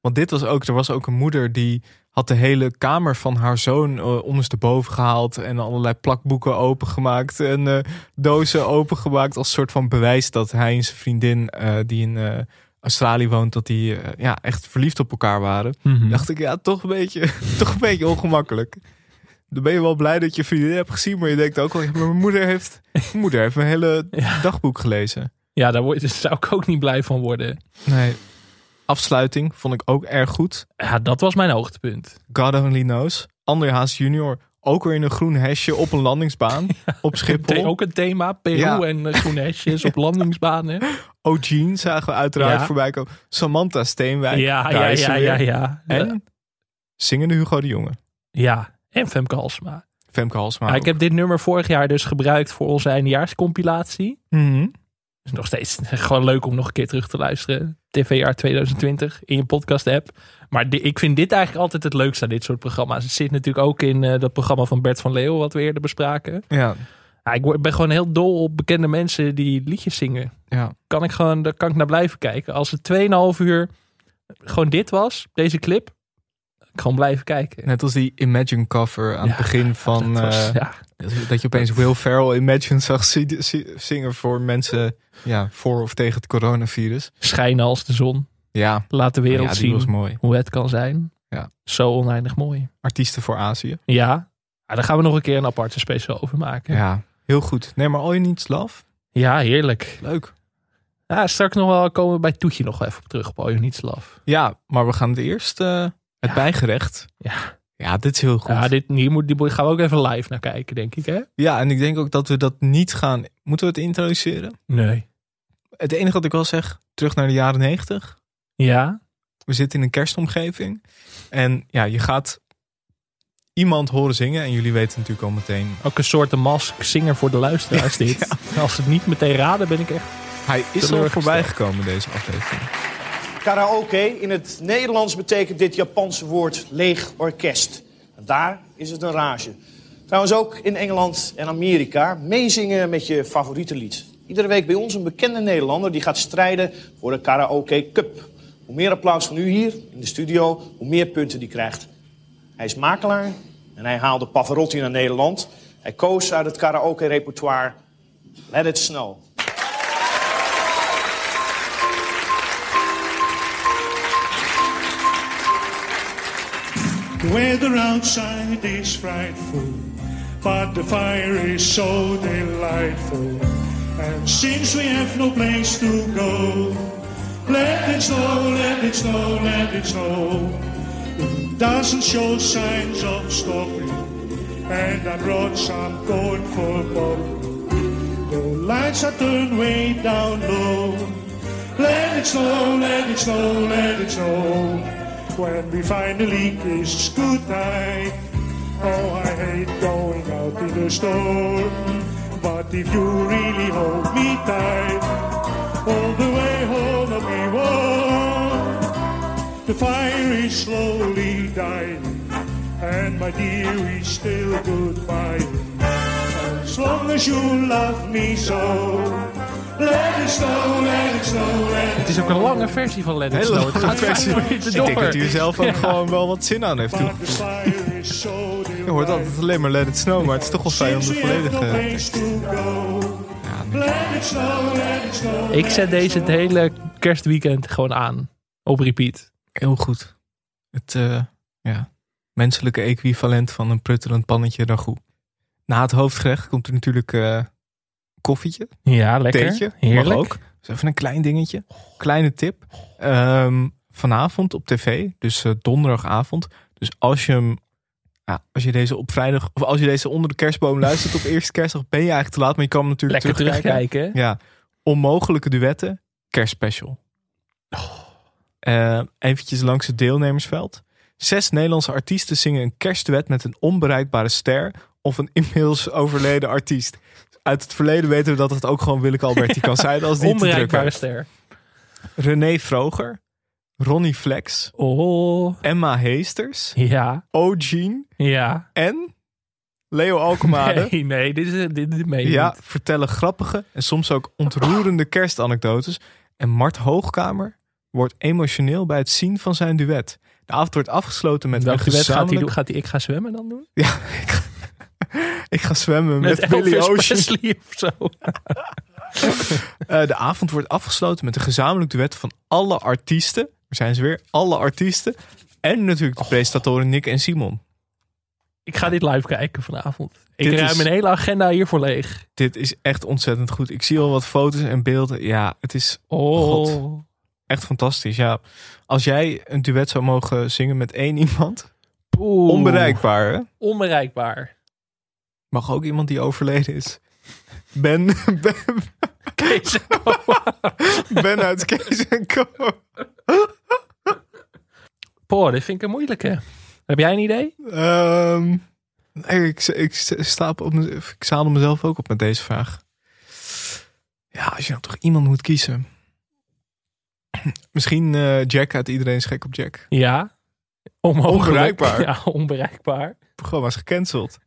Speaker 1: Want dit was ook, er was ook een moeder die had de hele kamer van haar zoon eh, ondersteboven gehaald. En allerlei plakboeken opengemaakt en eh, dozen opengemaakt. Als soort van bewijs dat hij en zijn vriendin eh, die in eh, Australië woont, dat die eh, ja, echt verliefd op elkaar waren.
Speaker 2: Mhm.
Speaker 1: Dacht ik, ja, toch een beetje, toch een beetje ongemakkelijk. Dan ben je wel blij dat je vriendin hebt gezien, maar je denkt ook wel, ja, maar mijn moeder heeft, mijn moeder heeft mijn hele dagboek gelezen.
Speaker 2: Ja, daar, word, daar zou ik ook niet blij van worden.
Speaker 1: Nee. Afsluiting vond ik ook erg goed.
Speaker 2: Ja, dat was mijn hoogtepunt.
Speaker 1: God only knows. André Haas junior, ook weer in een groen hesje op een landingsbaan op
Speaker 2: The-
Speaker 1: Schiphol.
Speaker 2: ook een thema. Peru
Speaker 1: Ja.
Speaker 2: en eh, groene hesjes op landingsbanen.
Speaker 1: O'Gene Oh, zagen we uiteraard
Speaker 2: Ja.
Speaker 1: voorbij komen. Samantha Steenwijk.
Speaker 2: Ja,
Speaker 1: daar
Speaker 2: ja,
Speaker 1: is ze
Speaker 2: ja,
Speaker 1: weer.
Speaker 2: ja, ja.
Speaker 1: En zingende Hugo de Jonge.
Speaker 2: Ja, en Femke Halsma.
Speaker 1: Femke Halsma.
Speaker 2: Ja, ik
Speaker 1: ook.
Speaker 2: heb dit nummer vorig jaar dus gebruikt voor onze eindejaarscompilatie.
Speaker 1: Mhm.
Speaker 2: is nog steeds gewoon leuk om nog een keer terug te luisteren. TV-jaar 2020 in je podcast-app. Maar di- ik vind dit eigenlijk altijd het leukste aan dit soort programma's. Het zit natuurlijk ook in eh, dat programma van Bert van Leeuwen, wat we eerder bespraken.
Speaker 1: Ja,
Speaker 2: Ja, ik word- ben gewoon heel dol op bekende mensen die liedjes zingen.
Speaker 1: ja.
Speaker 2: Kan ik gewoon, daar kan ik naar blijven kijken. Als het 2,5 uur gewoon dit was, deze clip, kan ik gewoon blijven kijken.
Speaker 1: Net als die Imagine cover aan het begin van.
Speaker 2: dat was-
Speaker 1: eh,
Speaker 2: ja.
Speaker 1: Dat je opeens Will Ferrell Imagine zag zi- zi- zingen voor mensen ja, voor of tegen het coronavirus.
Speaker 2: Schijnen als de zon.
Speaker 1: Ja, nou
Speaker 2: Laat de wereld
Speaker 1: Ja, die
Speaker 2: zien
Speaker 1: was mooi.
Speaker 2: hoe het kan zijn.
Speaker 1: Ja.
Speaker 2: Zo oneindig mooi.
Speaker 1: artiesten voor Azië.
Speaker 2: Ja. ja, daar gaan we nog een keer een aparte special over maken.
Speaker 1: Ja, heel goed. Nee, maar All You Needs Love,
Speaker 2: Ja, heerlijk.
Speaker 1: leuk.
Speaker 2: Ja, straks nog wel komen we bij Toetje nog wel even op terug op All You Need Is Love.
Speaker 1: Ja, maar we gaan het eerst eh, het bijgerecht.
Speaker 2: Ja,
Speaker 1: Ja, dit is heel goed.
Speaker 2: ja
Speaker 1: Ja,
Speaker 2: dit, hier, moet, die gaan we ook even live naar kijken, denk ik, hè?
Speaker 1: en ik denk ook dat we dat niet gaan... Moeten we het introduceren?
Speaker 2: Nee.
Speaker 1: Het enige wat ik wel zeg, terug naar de jaren negentig.
Speaker 2: Ja,
Speaker 1: We zitten in een kerstomgeving. En ja, je gaat iemand horen zingen. En jullie weten natuurlijk al meteen.
Speaker 2: ook een soort de mask zinger voor de luisteraars dit. Als ze het niet meteen raden, ben ik echt...
Speaker 1: Hij is al
Speaker 2: Teleurgesteld.
Speaker 1: voorbij gekomen deze aflevering.
Speaker 12: Karaoke, in het Nederlands betekent dit Japanse woord leeg orkest. En daar is het een rage. Trouwens ook in Engeland en Amerika meezingen met je favoriete lied. Iedere week bij ons een bekende Nederlander die gaat strijden voor de Karaoke Cup. Hoe meer applaus van u hier in de studio, hoe meer punten die krijgt. Hij is makelaar en hij haalde Pavarotti naar Nederland. Hij koos uit het karaoke repertoire Let It Snow.
Speaker 13: The weather outside is frightful, but the fire is so delightful. And since we have no place to go, let it snow, let it snow, let it snow. It doesn't show signs of stopping, and I brought some corn for Bob. The lights are turned way down low. Let it snow, let it snow, let it snow. When we finally kiss goodnight. Oh, I hate going out in the storm. But if you really hold me tight, all the way home I'll be warm. The fire is slowly dying, and my dear, we still goodbye. As long as you love me so, let it snow, let it snow, let it
Speaker 2: Het is ook een lange versie van Let It
Speaker 1: Hele
Speaker 2: Snow. Het
Speaker 1: lange
Speaker 2: gaat
Speaker 1: versie.
Speaker 2: vijf
Speaker 1: Ik
Speaker 2: minuten door.
Speaker 1: denk dat hij er zelf ook
Speaker 2: Ja.
Speaker 1: gewoon wel wat zin aan heeft
Speaker 13: snow. The
Speaker 1: toegevoegd.
Speaker 13: fire is so
Speaker 1: Je hoort altijd alleen maar Let It Snow, maar het is toch wel fijn om de
Speaker 13: Since we have no
Speaker 1: volledige...
Speaker 13: place to go, let it snow, let it snow.
Speaker 2: Ik zet deze het hele kerstweekend gewoon aan. Op repeat.
Speaker 1: Heel goed. Het eh, ja, menselijke equivalent van een pruttelend pannetje ragout. Na het hoofdgerecht komt er natuurlijk eh, koffietje.
Speaker 2: Ja, lekker.
Speaker 1: Theetje,
Speaker 2: Heerlijk.
Speaker 1: mag ook. Dus even een klein dingetje. Kleine tip. Ehm, vanavond op tv, dus eh, donderdagavond. Dus als je hem Ja, als je deze op vrijdag, of als je deze onder de kerstboom luistert op eerste kerstdag, ben je eigenlijk te laat. Maar je kan hem natuurlijk
Speaker 2: Lekker
Speaker 1: terugkijken.
Speaker 2: terugkijken.
Speaker 1: Ja, onmogelijke duetten, kerstspecial.
Speaker 2: Oh.
Speaker 1: Eh, eventjes langs het deelnemersveld. Zes Nederlandse artiesten zingen een kerstduet met een onbereikbare ster of een inmiddels overleden artiest. Uit het verleden weten we dat het ook gewoon Willeke Alberti kan zijn als die het te druk
Speaker 2: Onbereikbare
Speaker 1: heeft.
Speaker 2: ster.
Speaker 1: René Vroger, Ronnie Flex,
Speaker 2: Oh.
Speaker 1: Emma Heesters,
Speaker 2: ja.
Speaker 1: O'Gene
Speaker 2: Ja.
Speaker 1: en Leo Alkemade.
Speaker 2: Nee, nee, dit is dit, dit meen je
Speaker 1: ja,
Speaker 2: niet.
Speaker 1: vertellen grappige en soms ook ontroerende kerstanekdotes. En Mart Hoogkamer wordt emotioneel bij het zien van zijn duet. De avond wordt afgesloten met
Speaker 2: Welke
Speaker 1: een
Speaker 2: wet gaat hij
Speaker 1: gezamenlijk...
Speaker 2: doen? Gaat hij ik ga zwemmen dan doen?
Speaker 1: Ik ga zwemmen met,
Speaker 2: Met
Speaker 1: Billy
Speaker 2: Elvis
Speaker 1: Ocean.
Speaker 2: Presley of zo.
Speaker 1: Eh, de avond wordt afgesloten met een gezamenlijk duet van alle artiesten. Daar zijn ze weer. Alle artiesten. En natuurlijk de presentatoren Nick en Simon.
Speaker 2: Ik ga dit live kijken vanavond. Ik
Speaker 1: Dit
Speaker 2: ruim
Speaker 1: is-
Speaker 2: mijn hele agenda hiervoor leeg.
Speaker 1: Dit is echt ontzettend goed. Ik zie al wat foto's en beelden. Ja, het is
Speaker 2: Oh.
Speaker 1: God, echt fantastisch. Ja, als jij een duet zou mogen zingen met één iemand,
Speaker 2: Oeh.
Speaker 1: onbereikbaar. Hè?
Speaker 2: Onbereikbaar.
Speaker 1: Mag ook iemand die overleden is. Ben, ben,
Speaker 2: Kees en Co.
Speaker 1: ben uit Kees en Co.
Speaker 2: Poh, dit vind ik een moeilijke. Heb jij een idee?
Speaker 1: Ehm, nee, ik, ik, sta op, mez- ik zadel mezelf ook op met deze vraag. Ja, als je nou toch iemand moet kiezen. Misschien eh, Jack uit Iedereen is gek op Jack.
Speaker 2: Ja. Onmogelijk.
Speaker 1: Onbereikbaar.
Speaker 2: Ja, onbereikbaar.
Speaker 1: Het programma is gecanceld.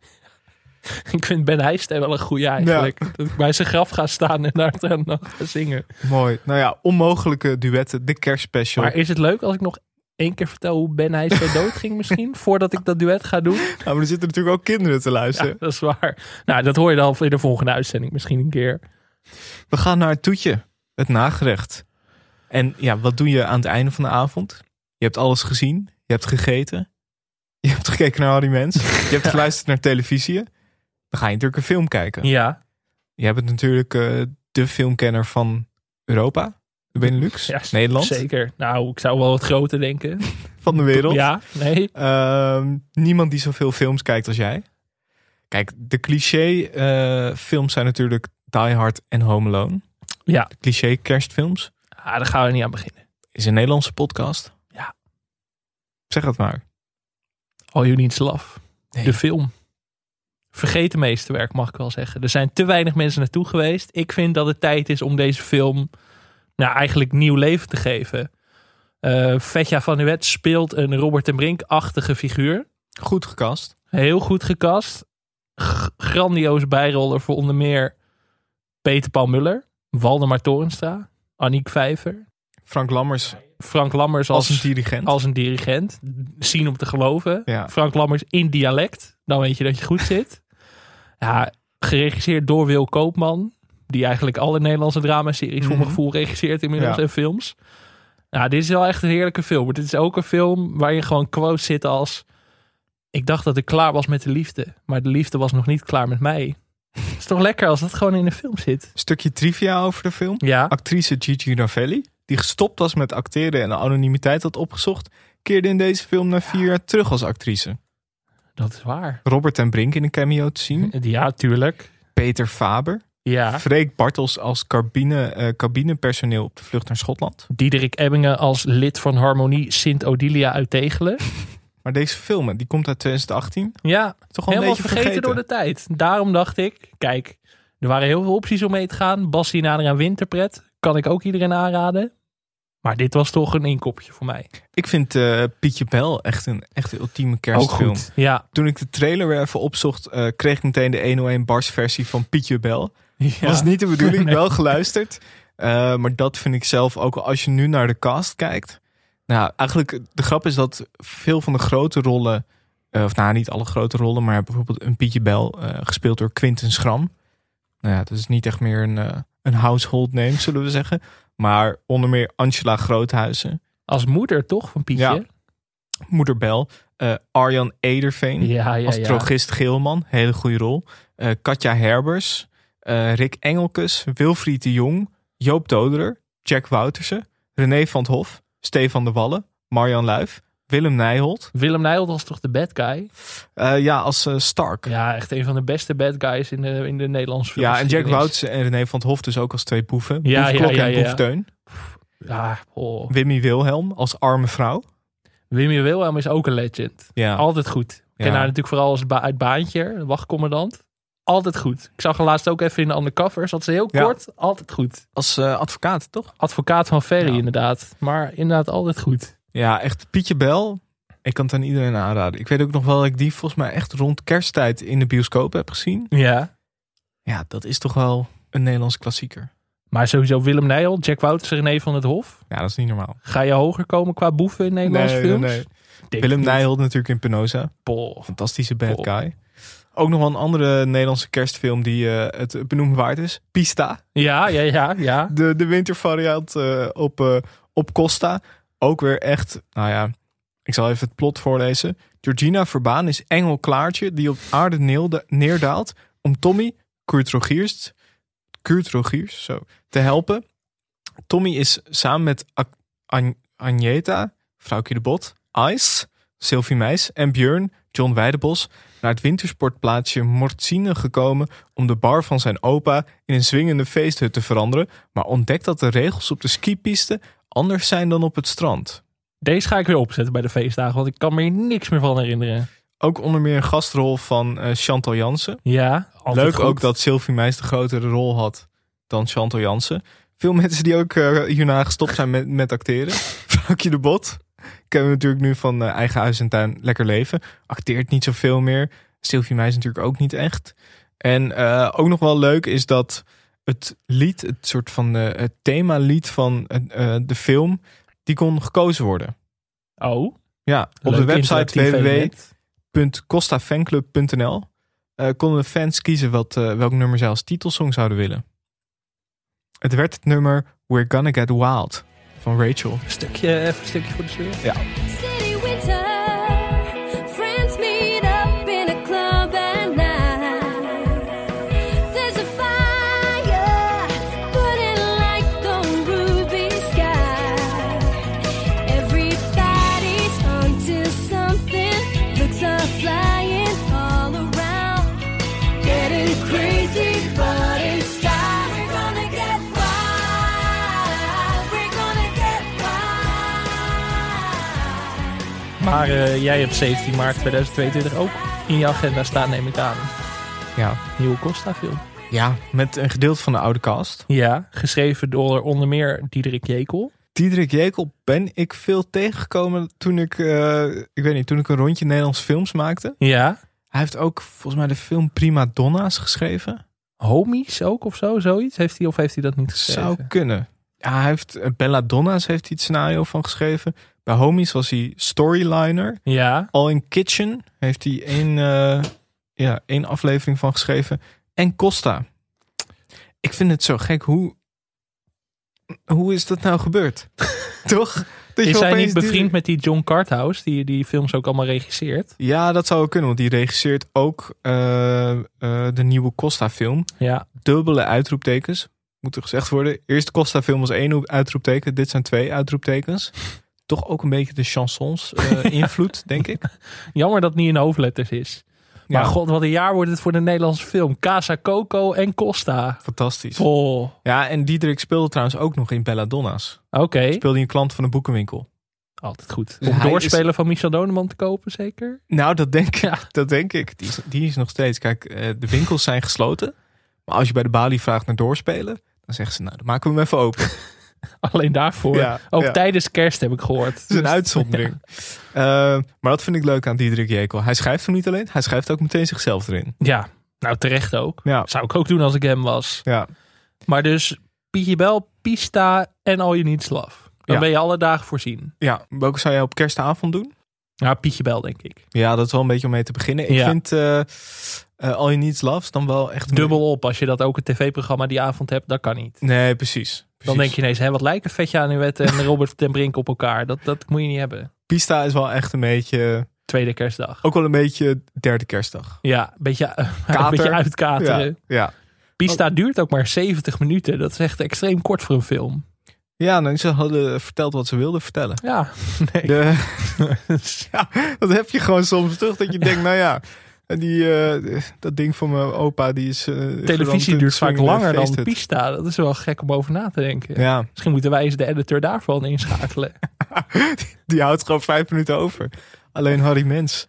Speaker 2: Ik vind Ben Heijst wel een goeie eigenlijk. Dat ik bij zijn graf ga staan en daar dan nog ga zingen.
Speaker 1: Mooi. Nou ja, onmogelijke duetten. De kerstspecial.
Speaker 2: Maar is het leuk als ik nog één keer vertel hoe Ben Heijs zo dood ging misschien? Voordat ik dat duet ga doen?
Speaker 1: Nou, maar er zitten natuurlijk ook kinderen te
Speaker 2: Ja,
Speaker 1: luisteren.
Speaker 2: dat is waar. Nou, dat hoor je dan in de volgende uitzending misschien een keer.
Speaker 1: We gaan naar het toetje. Het nagerecht. En ja, wat doe je aan het einde van de avond? Je hebt alles gezien. Je hebt gegeten. Je hebt gekeken naar al die mensen. Je hebt geluisterd naar televisie. Dan ga je natuurlijk een film kijken.
Speaker 2: Ja.
Speaker 1: Jij bent natuurlijk eh, de filmkenner van Europa. De Benelux.
Speaker 2: Ja,
Speaker 1: Nederland.
Speaker 2: Zeker. Nou, ik zou wel wat groter denken.
Speaker 1: Van de wereld.
Speaker 2: Ja, nee.
Speaker 1: Ehm, niemand die zoveel films kijkt als jij. Kijk, de cliché eh, films zijn natuurlijk Die Hard en Home Alone.
Speaker 2: Ja.
Speaker 1: De cliché kerstfilms.
Speaker 2: Ah, daar gaan we niet aan beginnen.
Speaker 1: Is een Nederlandse podcast.
Speaker 2: Ja.
Speaker 1: Zeg het maar.
Speaker 2: All You Need Is Love.
Speaker 1: Nee.
Speaker 2: De film. Vergeet de meeste werk, mag ik wel zeggen. Er zijn te weinig mensen naartoe geweest. Ik vind dat het tijd is om deze film nou, eigenlijk nieuw leven te geven. Eh Vetja van der Wet speelt een Robert en Brink-achtige figuur.
Speaker 1: Goed gekast.
Speaker 2: Heel goed gekast. G- grandioos bijroller voor onder meer Peter Paul Muller, Waldemar Torenstra, Aniek Vijver,
Speaker 1: Frank Lammers
Speaker 2: Frank Lammers als,
Speaker 1: als een dirigent.
Speaker 2: als een dirigent. Zien om te geloven.
Speaker 1: Ja.
Speaker 2: Frank Lammers in dialect. Dan weet je dat je goed zit. ja, geregisseerd door Wil Koopman. Die eigenlijk alle Nederlandse dramaseries voor mijn
Speaker 1: Mhm.
Speaker 2: gevoel regisseert inmiddels
Speaker 1: Ja.
Speaker 2: en films. Ja, dit is wel echt een heerlijke film. Maar dit is ook een film waar je gewoon quotes zit als... Ik dacht dat ik klaar was met de liefde. Maar de liefde was nog niet klaar met mij. Het is toch lekker als dat gewoon in een film zit.
Speaker 1: Stukje trivia over de film.
Speaker 2: Ja.
Speaker 1: Actrice Gigi Ravelli, die gestopt was met acteren en anonimiteit had opgezocht, keerde in deze film na vier jaar terug als actrice.
Speaker 2: Dat is waar.
Speaker 1: Robert en Brink in een cameo te zien.
Speaker 2: Ja, tuurlijk.
Speaker 1: Peter Faber.
Speaker 2: Ja.
Speaker 1: Freek Bartels als cabine, eh, cabinepersoneel op de vlucht naar Schotland.
Speaker 2: Diederik Ebbingen als lid van Harmonie Sint Odilia uit Tegelen.
Speaker 1: Maar deze film, die komt uit 2018.
Speaker 2: Ja,
Speaker 1: Toch al een
Speaker 2: helemaal
Speaker 1: beetje
Speaker 2: vergeten, door de tijd. Daarom dacht ik, kijk, er waren heel veel opties om mee te gaan. Bassie nader aan Winterpret, kan ik ook iedereen aanraden. Maar dit was toch een inkopje voor mij.
Speaker 1: Ik vind eh, Pietje Bel echt een echt een ultieme kerstfilm.
Speaker 2: Ja,
Speaker 1: Toen ik de trailer weer even opzocht, eh, kreeg ik meteen de 101 bars versie van Pietje Bel. Was niet de bedoeling,
Speaker 2: Nee.
Speaker 1: wel geluisterd. Eh, maar dat vind ik zelf ook, al als je nu naar de cast kijkt. Nou, eigenlijk de grap is dat veel van de grote rollen, eh, of nou niet alle grote rollen, maar bijvoorbeeld een Pietje Bel, eh, gespeeld door Quinten Schram. Nou ja, dat is niet echt meer een, eh, een household name, zullen we zeggen. Maar onder meer Angela Groothuizen,
Speaker 2: als moeder toch van Pietje?
Speaker 1: Moeder Bel, eh, Arjan Ederveen
Speaker 2: Ja, ja, ja.
Speaker 1: als drogist Geelman, hele goede rol. Eh, Katja Herbers, eh, Rick Engelkes, Wilfried de Jong, Joop Doderer, Jack Woutersen, René van het Hof, Stefan de Wallen, Marjan Luif, Willem Nijholt.
Speaker 2: Willem Nijholt was toch de bad guy?
Speaker 1: ja, als eh, Stark.
Speaker 2: Ja, echt een van de beste bad guys in de, in de Nederlandse film.
Speaker 1: Ja, en Jack Wouts en René van het Hof dus ook als twee boeven.
Speaker 2: Ja,
Speaker 1: Boef
Speaker 2: ja,
Speaker 1: Klok
Speaker 2: ja,
Speaker 1: en
Speaker 2: ja.
Speaker 1: Boef Teun.
Speaker 2: Ja, oh.
Speaker 1: Wimmy Wilhelm als arme vrouw.
Speaker 2: Wimmy Wilhelm is ook een legend.
Speaker 1: Ja.
Speaker 2: Altijd goed. Ik ken
Speaker 1: Ja.
Speaker 2: haar natuurlijk vooral als ba uit Baantje, wachtcommandant. Altijd goed. Ik zag haar laatst ook even in de undercover. Zat ze heel
Speaker 1: Ja.
Speaker 2: kort. Altijd goed.
Speaker 1: Als eh, advocaat, toch?
Speaker 2: Advocaat van Ferry inderdaad. Maar inderdaad altijd goed.
Speaker 1: Ja, echt Pietje Bel. Ik kan het aan iedereen aanraden. Ik weet ook nog wel dat ik die volgens mij echt rond kersttijd in de bioscoop heb gezien.
Speaker 2: Ja.
Speaker 1: Ja, dat is toch wel een Nederlands klassieker.
Speaker 2: Maar sowieso Willem Nijl, Jack Wouters, René van het Hof.
Speaker 1: Ja, dat is niet normaal.
Speaker 2: Ga je hoger komen qua boeven in Nederlandse
Speaker 1: Nee, nee,
Speaker 2: films?
Speaker 1: nee.
Speaker 2: Denk
Speaker 1: Willem
Speaker 2: niet.
Speaker 1: Nijholt natuurlijk in Penosa.
Speaker 2: Boah.
Speaker 1: Fantastische bad guy. Ook nog wel een andere Nederlandse kerstfilm die eh, het benoemd waard is. Pista.
Speaker 2: Ja, ja, ja, ja.
Speaker 1: De, de wintervariant eh, op, eh, op Costa. Ook weer echt, nou ja, ik zal even het plot voorlezen. Georgina Verbaan is engel Klaartje die op aarde neelde- neerdaalt om Tommy, Kurt Rogiers, Kurt Rogiers zo, te helpen. Tommy is samen met A- An- Agneta, vrouwtje de Bot, Ice, Sylvie Meis en Björn, John Weidebos, naar het wintersportplaatsje Mortsine gekomen om de bar van zijn opa in een zwingende feesthut te veranderen, maar ontdekt dat de regels op de skipiste anders zijn dan op het strand.
Speaker 2: Deze ga ik weer opzetten bij de feestdagen, want ik kan me hier niks meer van herinneren.
Speaker 1: Ook onder meer een gastrol van eh, Chantal Jansen.
Speaker 2: Ja, altijd
Speaker 1: Leuk
Speaker 2: goed.
Speaker 1: ook dat Sylvie Meis de grotere rol had dan Chantal Jansen. Veel mensen die ook eh, hierna gestopt zijn met, met acteren. Vrouwtje de Bot. Kennen we natuurlijk nu van eh, Eigen Huis en Tuin Lekker Leven. Acteert niet zoveel meer. Sylvie Meis natuurlijk ook niet echt. En eh, ook nog wel leuk is dat het lied, het soort van eh, het themalied van eh, eh, de film, die kon gekozen worden.
Speaker 2: Oh.
Speaker 1: Ja, op de
Speaker 2: Leuk interactief
Speaker 1: website
Speaker 2: element.
Speaker 1: www.costafanclub.nl eh, konden de fans kiezen wat, eh, welk nummer zij als titelsong zouden willen. Het werd het nummer We're Gonna Get Wild van Rachel.
Speaker 2: Stukje, even een stukje voor de sfeer.
Speaker 1: Ja.
Speaker 14: City winter, friends meet up in a club at night. There's a fire burning like the ruby sky. Everybody's onto something, looks are flying all around. Getting crazy, but in style. We're gonna get wild. We're gonna get
Speaker 2: Maar eh, jij hebt 17 maart 2022 ook in je agenda staan, neem ik aan.
Speaker 1: Ja.
Speaker 2: Nieuwe Costa-film.
Speaker 1: ja, met een gedeelte van de oude cast.
Speaker 2: Ja, geschreven door onder meer Diederik Jekel.
Speaker 1: Diederik Jekel ben ik veel tegengekomen toen ik, eh, ik weet niet, toen ik een rondje Nederlandse films maakte.
Speaker 2: Ja.
Speaker 1: Hij heeft ook volgens mij de film Prima Donna's geschreven.
Speaker 2: Homies ook of zo, zoiets? Heeft hij of heeft hij dat niet geschreven?
Speaker 1: Zou kunnen. Ja, hij heeft, eh, Bella Donna's heeft hij het scenario van geschreven. Bij Homies was hij storyliner.
Speaker 2: Ja.
Speaker 1: All in Kitchen heeft hij één, eh, ja, één aflevering van geschreven. En Costa. Ik vind het zo gek. Hoe, hoe is dat nou gebeurd? Toch? Dat je
Speaker 2: Is hij
Speaker 1: opeens
Speaker 2: niet bevriend
Speaker 1: die-
Speaker 2: met die John Carthouse, die die films ook allemaal regisseert?
Speaker 1: Ja, dat zou wel kunnen. Want die regisseert ook eh, eh, de nieuwe Costa film.
Speaker 2: Ja.
Speaker 1: Dubbele uitroeptekens. Moet er gezegd worden. Eerst Costa film was één uitroepteken. Dit zijn twee uitroeptekens. Toch ook een beetje de chansons eh, invloed, denk ik.
Speaker 2: Jammer dat het niet in hoofdletters is. Maar
Speaker 1: Ja.
Speaker 2: god, wat een jaar wordt het voor de Nederlandse film. Casa Coco en Costa.
Speaker 1: Fantastisch.
Speaker 2: Oh, oké.
Speaker 1: Ja, en Diederik speelde trouwens ook nog in Belladonna's. Speelde hij een klant van een boekenwinkel.
Speaker 2: Altijd goed.
Speaker 1: Dus
Speaker 2: Om
Speaker 1: hij
Speaker 2: doorspelen van Michel Doneman te kopen, zeker?
Speaker 1: Nou, dat denk, dat denk ik. Die is, die is nog steeds. Kijk, eh, de winkels zijn gesloten. Maar als je bij de balie vraagt naar doorspelen, dan zeggen ze, nou, dan maken we hem even open. Het
Speaker 2: Alleen daarvoor.
Speaker 1: Ja,
Speaker 2: ook
Speaker 1: ja.
Speaker 2: tijdens kerst heb ik gehoord. Dus-
Speaker 1: is een uitzondering. Eh, maar dat vind ik leuk aan Diederik Jekel. Hij schrijft hem niet alleen, hij schrijft ook meteen zichzelf erin.
Speaker 2: Ja, nou terecht ook.
Speaker 1: Ja.
Speaker 2: Zou ik ook doen als ik hem was.
Speaker 1: Ja.
Speaker 2: Maar dus Pietje Bel, Pista en All You Need Is Love. Dan
Speaker 1: Ja.
Speaker 2: ben je alle dagen voorzien.
Speaker 1: Ja, welke zou jij op kerstavond doen?
Speaker 2: Nou, Pietje Bel denk ik.
Speaker 1: Ja, dat is wel een beetje om mee te beginnen. Ik
Speaker 2: Ja.
Speaker 1: vind eh eh, All You Need Loves dan wel echt... een-
Speaker 2: Dubbel op. Als je dat ook een tv-programma die avond hebt, dat kan niet.
Speaker 1: Nee, precies.
Speaker 2: Dan
Speaker 1: precies.
Speaker 2: denk je ineens, hè, wat lijken Vetje Anuette en Robert ten Brink op elkaar. Dat, dat moet je niet hebben.
Speaker 1: Pista is wel echt een beetje...
Speaker 2: Tweede kerstdag.
Speaker 1: Ook wel een beetje derde kerstdag.
Speaker 2: Ja, een beetje, eh, een
Speaker 1: Kater.
Speaker 2: beetje uitkateren.
Speaker 1: Ja, Oh. ja.
Speaker 2: Pista duurt ook maar 70 minuten. Dat is echt extreem kort voor een film.
Speaker 1: Ja, nou, ze hadden verteld wat ze wilden vertellen.
Speaker 2: Ja, Dus-
Speaker 1: De- ja, dat heb je gewoon soms terug. Dat je denkt, nou ja, die, eh, dat ding van mijn opa, die is... eh, veranderd
Speaker 2: Televisie
Speaker 1: in
Speaker 2: duurt vaak
Speaker 1: swingende
Speaker 2: langer dan
Speaker 1: feesten.
Speaker 2: pista. Dat is wel gek om over na te denken.
Speaker 1: eh, Ja.
Speaker 2: Misschien moeten wij eens de editor daarvan inschakelen.
Speaker 1: Die houdt gewoon vijf minuten over. Alleen Harry Mens.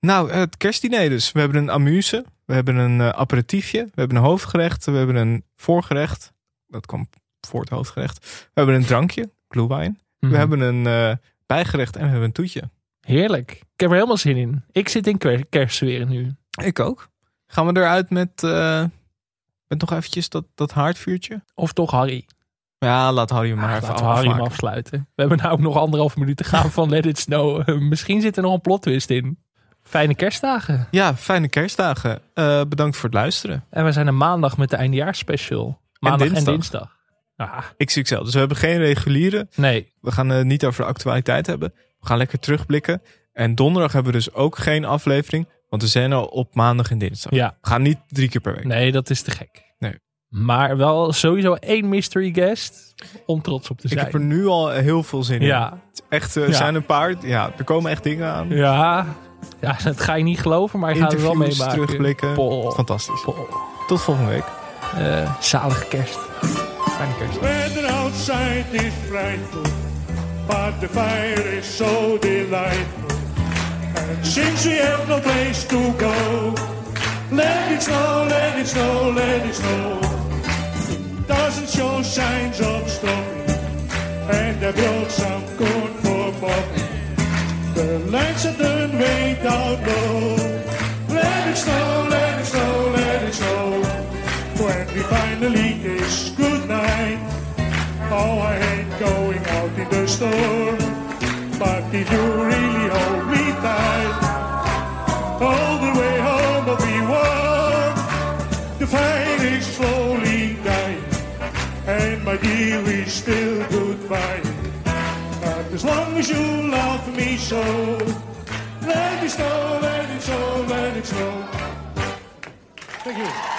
Speaker 1: Nou, het kerstdiner dus. We hebben een amuse. We hebben een eh, aperitiefje. We hebben een hoofdgerecht. We hebben een voorgerecht. Dat kwam voor het hoofdgerecht. We hebben een drankje. Glühwein.
Speaker 2: Mhm.
Speaker 1: We hebben een eh, bijgerecht en we hebben een toetje.
Speaker 2: Heerlijk. Ik heb er helemaal zin in. Ik zit in kwer- kerstsfeer nu.
Speaker 1: Ik ook. Gaan we eruit met, eh, met nog eventjes dat, dat haardvuurtje?
Speaker 2: Of toch Harry?
Speaker 1: Ja, laat Harry hem maar
Speaker 2: Laten
Speaker 1: even
Speaker 2: we Harry hem
Speaker 1: afmaken.
Speaker 2: afsluiten. We hebben nou ook nog anderhalf minuut te gaan van Let It Snow. Eh, Misschien zit er nog een plot twist in. Fijne kerstdagen.
Speaker 1: Ja, fijne kerstdagen. Eh, bedankt voor het luisteren.
Speaker 2: En we zijn er maandag met de eindejaarsspecial. Maandag en dinsdag.
Speaker 1: dinsdag.
Speaker 2: Ah,
Speaker 1: XXL. Dus we hebben geen reguliere.
Speaker 2: Nee.
Speaker 1: We gaan het niet over de actualiteit hebben. We gaan lekker terugblikken. En donderdag hebben we dus ook geen aflevering. Want we zijn al op maandag en dinsdag.
Speaker 2: Ja.
Speaker 1: We gaan niet drie keer per week.
Speaker 2: nee, dat is te gek.
Speaker 1: Nee.
Speaker 2: Maar wel sowieso één mystery guest om trots op te
Speaker 1: Ik
Speaker 2: zijn.
Speaker 1: heb er nu al heel veel zin
Speaker 2: Ja.
Speaker 1: in. Het is Echt, er
Speaker 2: Ja.
Speaker 1: zijn een paar. Ja, er komen echt dingen aan.
Speaker 2: Ja. ja, dat ga je niet geloven, maar je gaat het wel
Speaker 1: Interviews,
Speaker 2: meemaken.
Speaker 1: terugblikken.
Speaker 2: Pol.
Speaker 1: Fantastisch.
Speaker 2: Pol.
Speaker 1: Tot volgende week.
Speaker 2: Eh, zalige kerst. Fijne kerst.
Speaker 13: Weather outside is frightful, but the fire is so delightful. And since we have no place to go, let it snow, let it snow, let it snow. Doesn't show signs of stopping, and I brought some corn for Bobby. The lights are turned way down low. Let it snow, let it snow, let it snow. When we finally kiss goodnight, oh, I hate going out in the storm. But did you really hold me tight? All the way home will be warm. The fire is slowly dying, and my dear, we still goodbye. But as long as you love me so, let it snow, let it snow, let it snow. Thank you.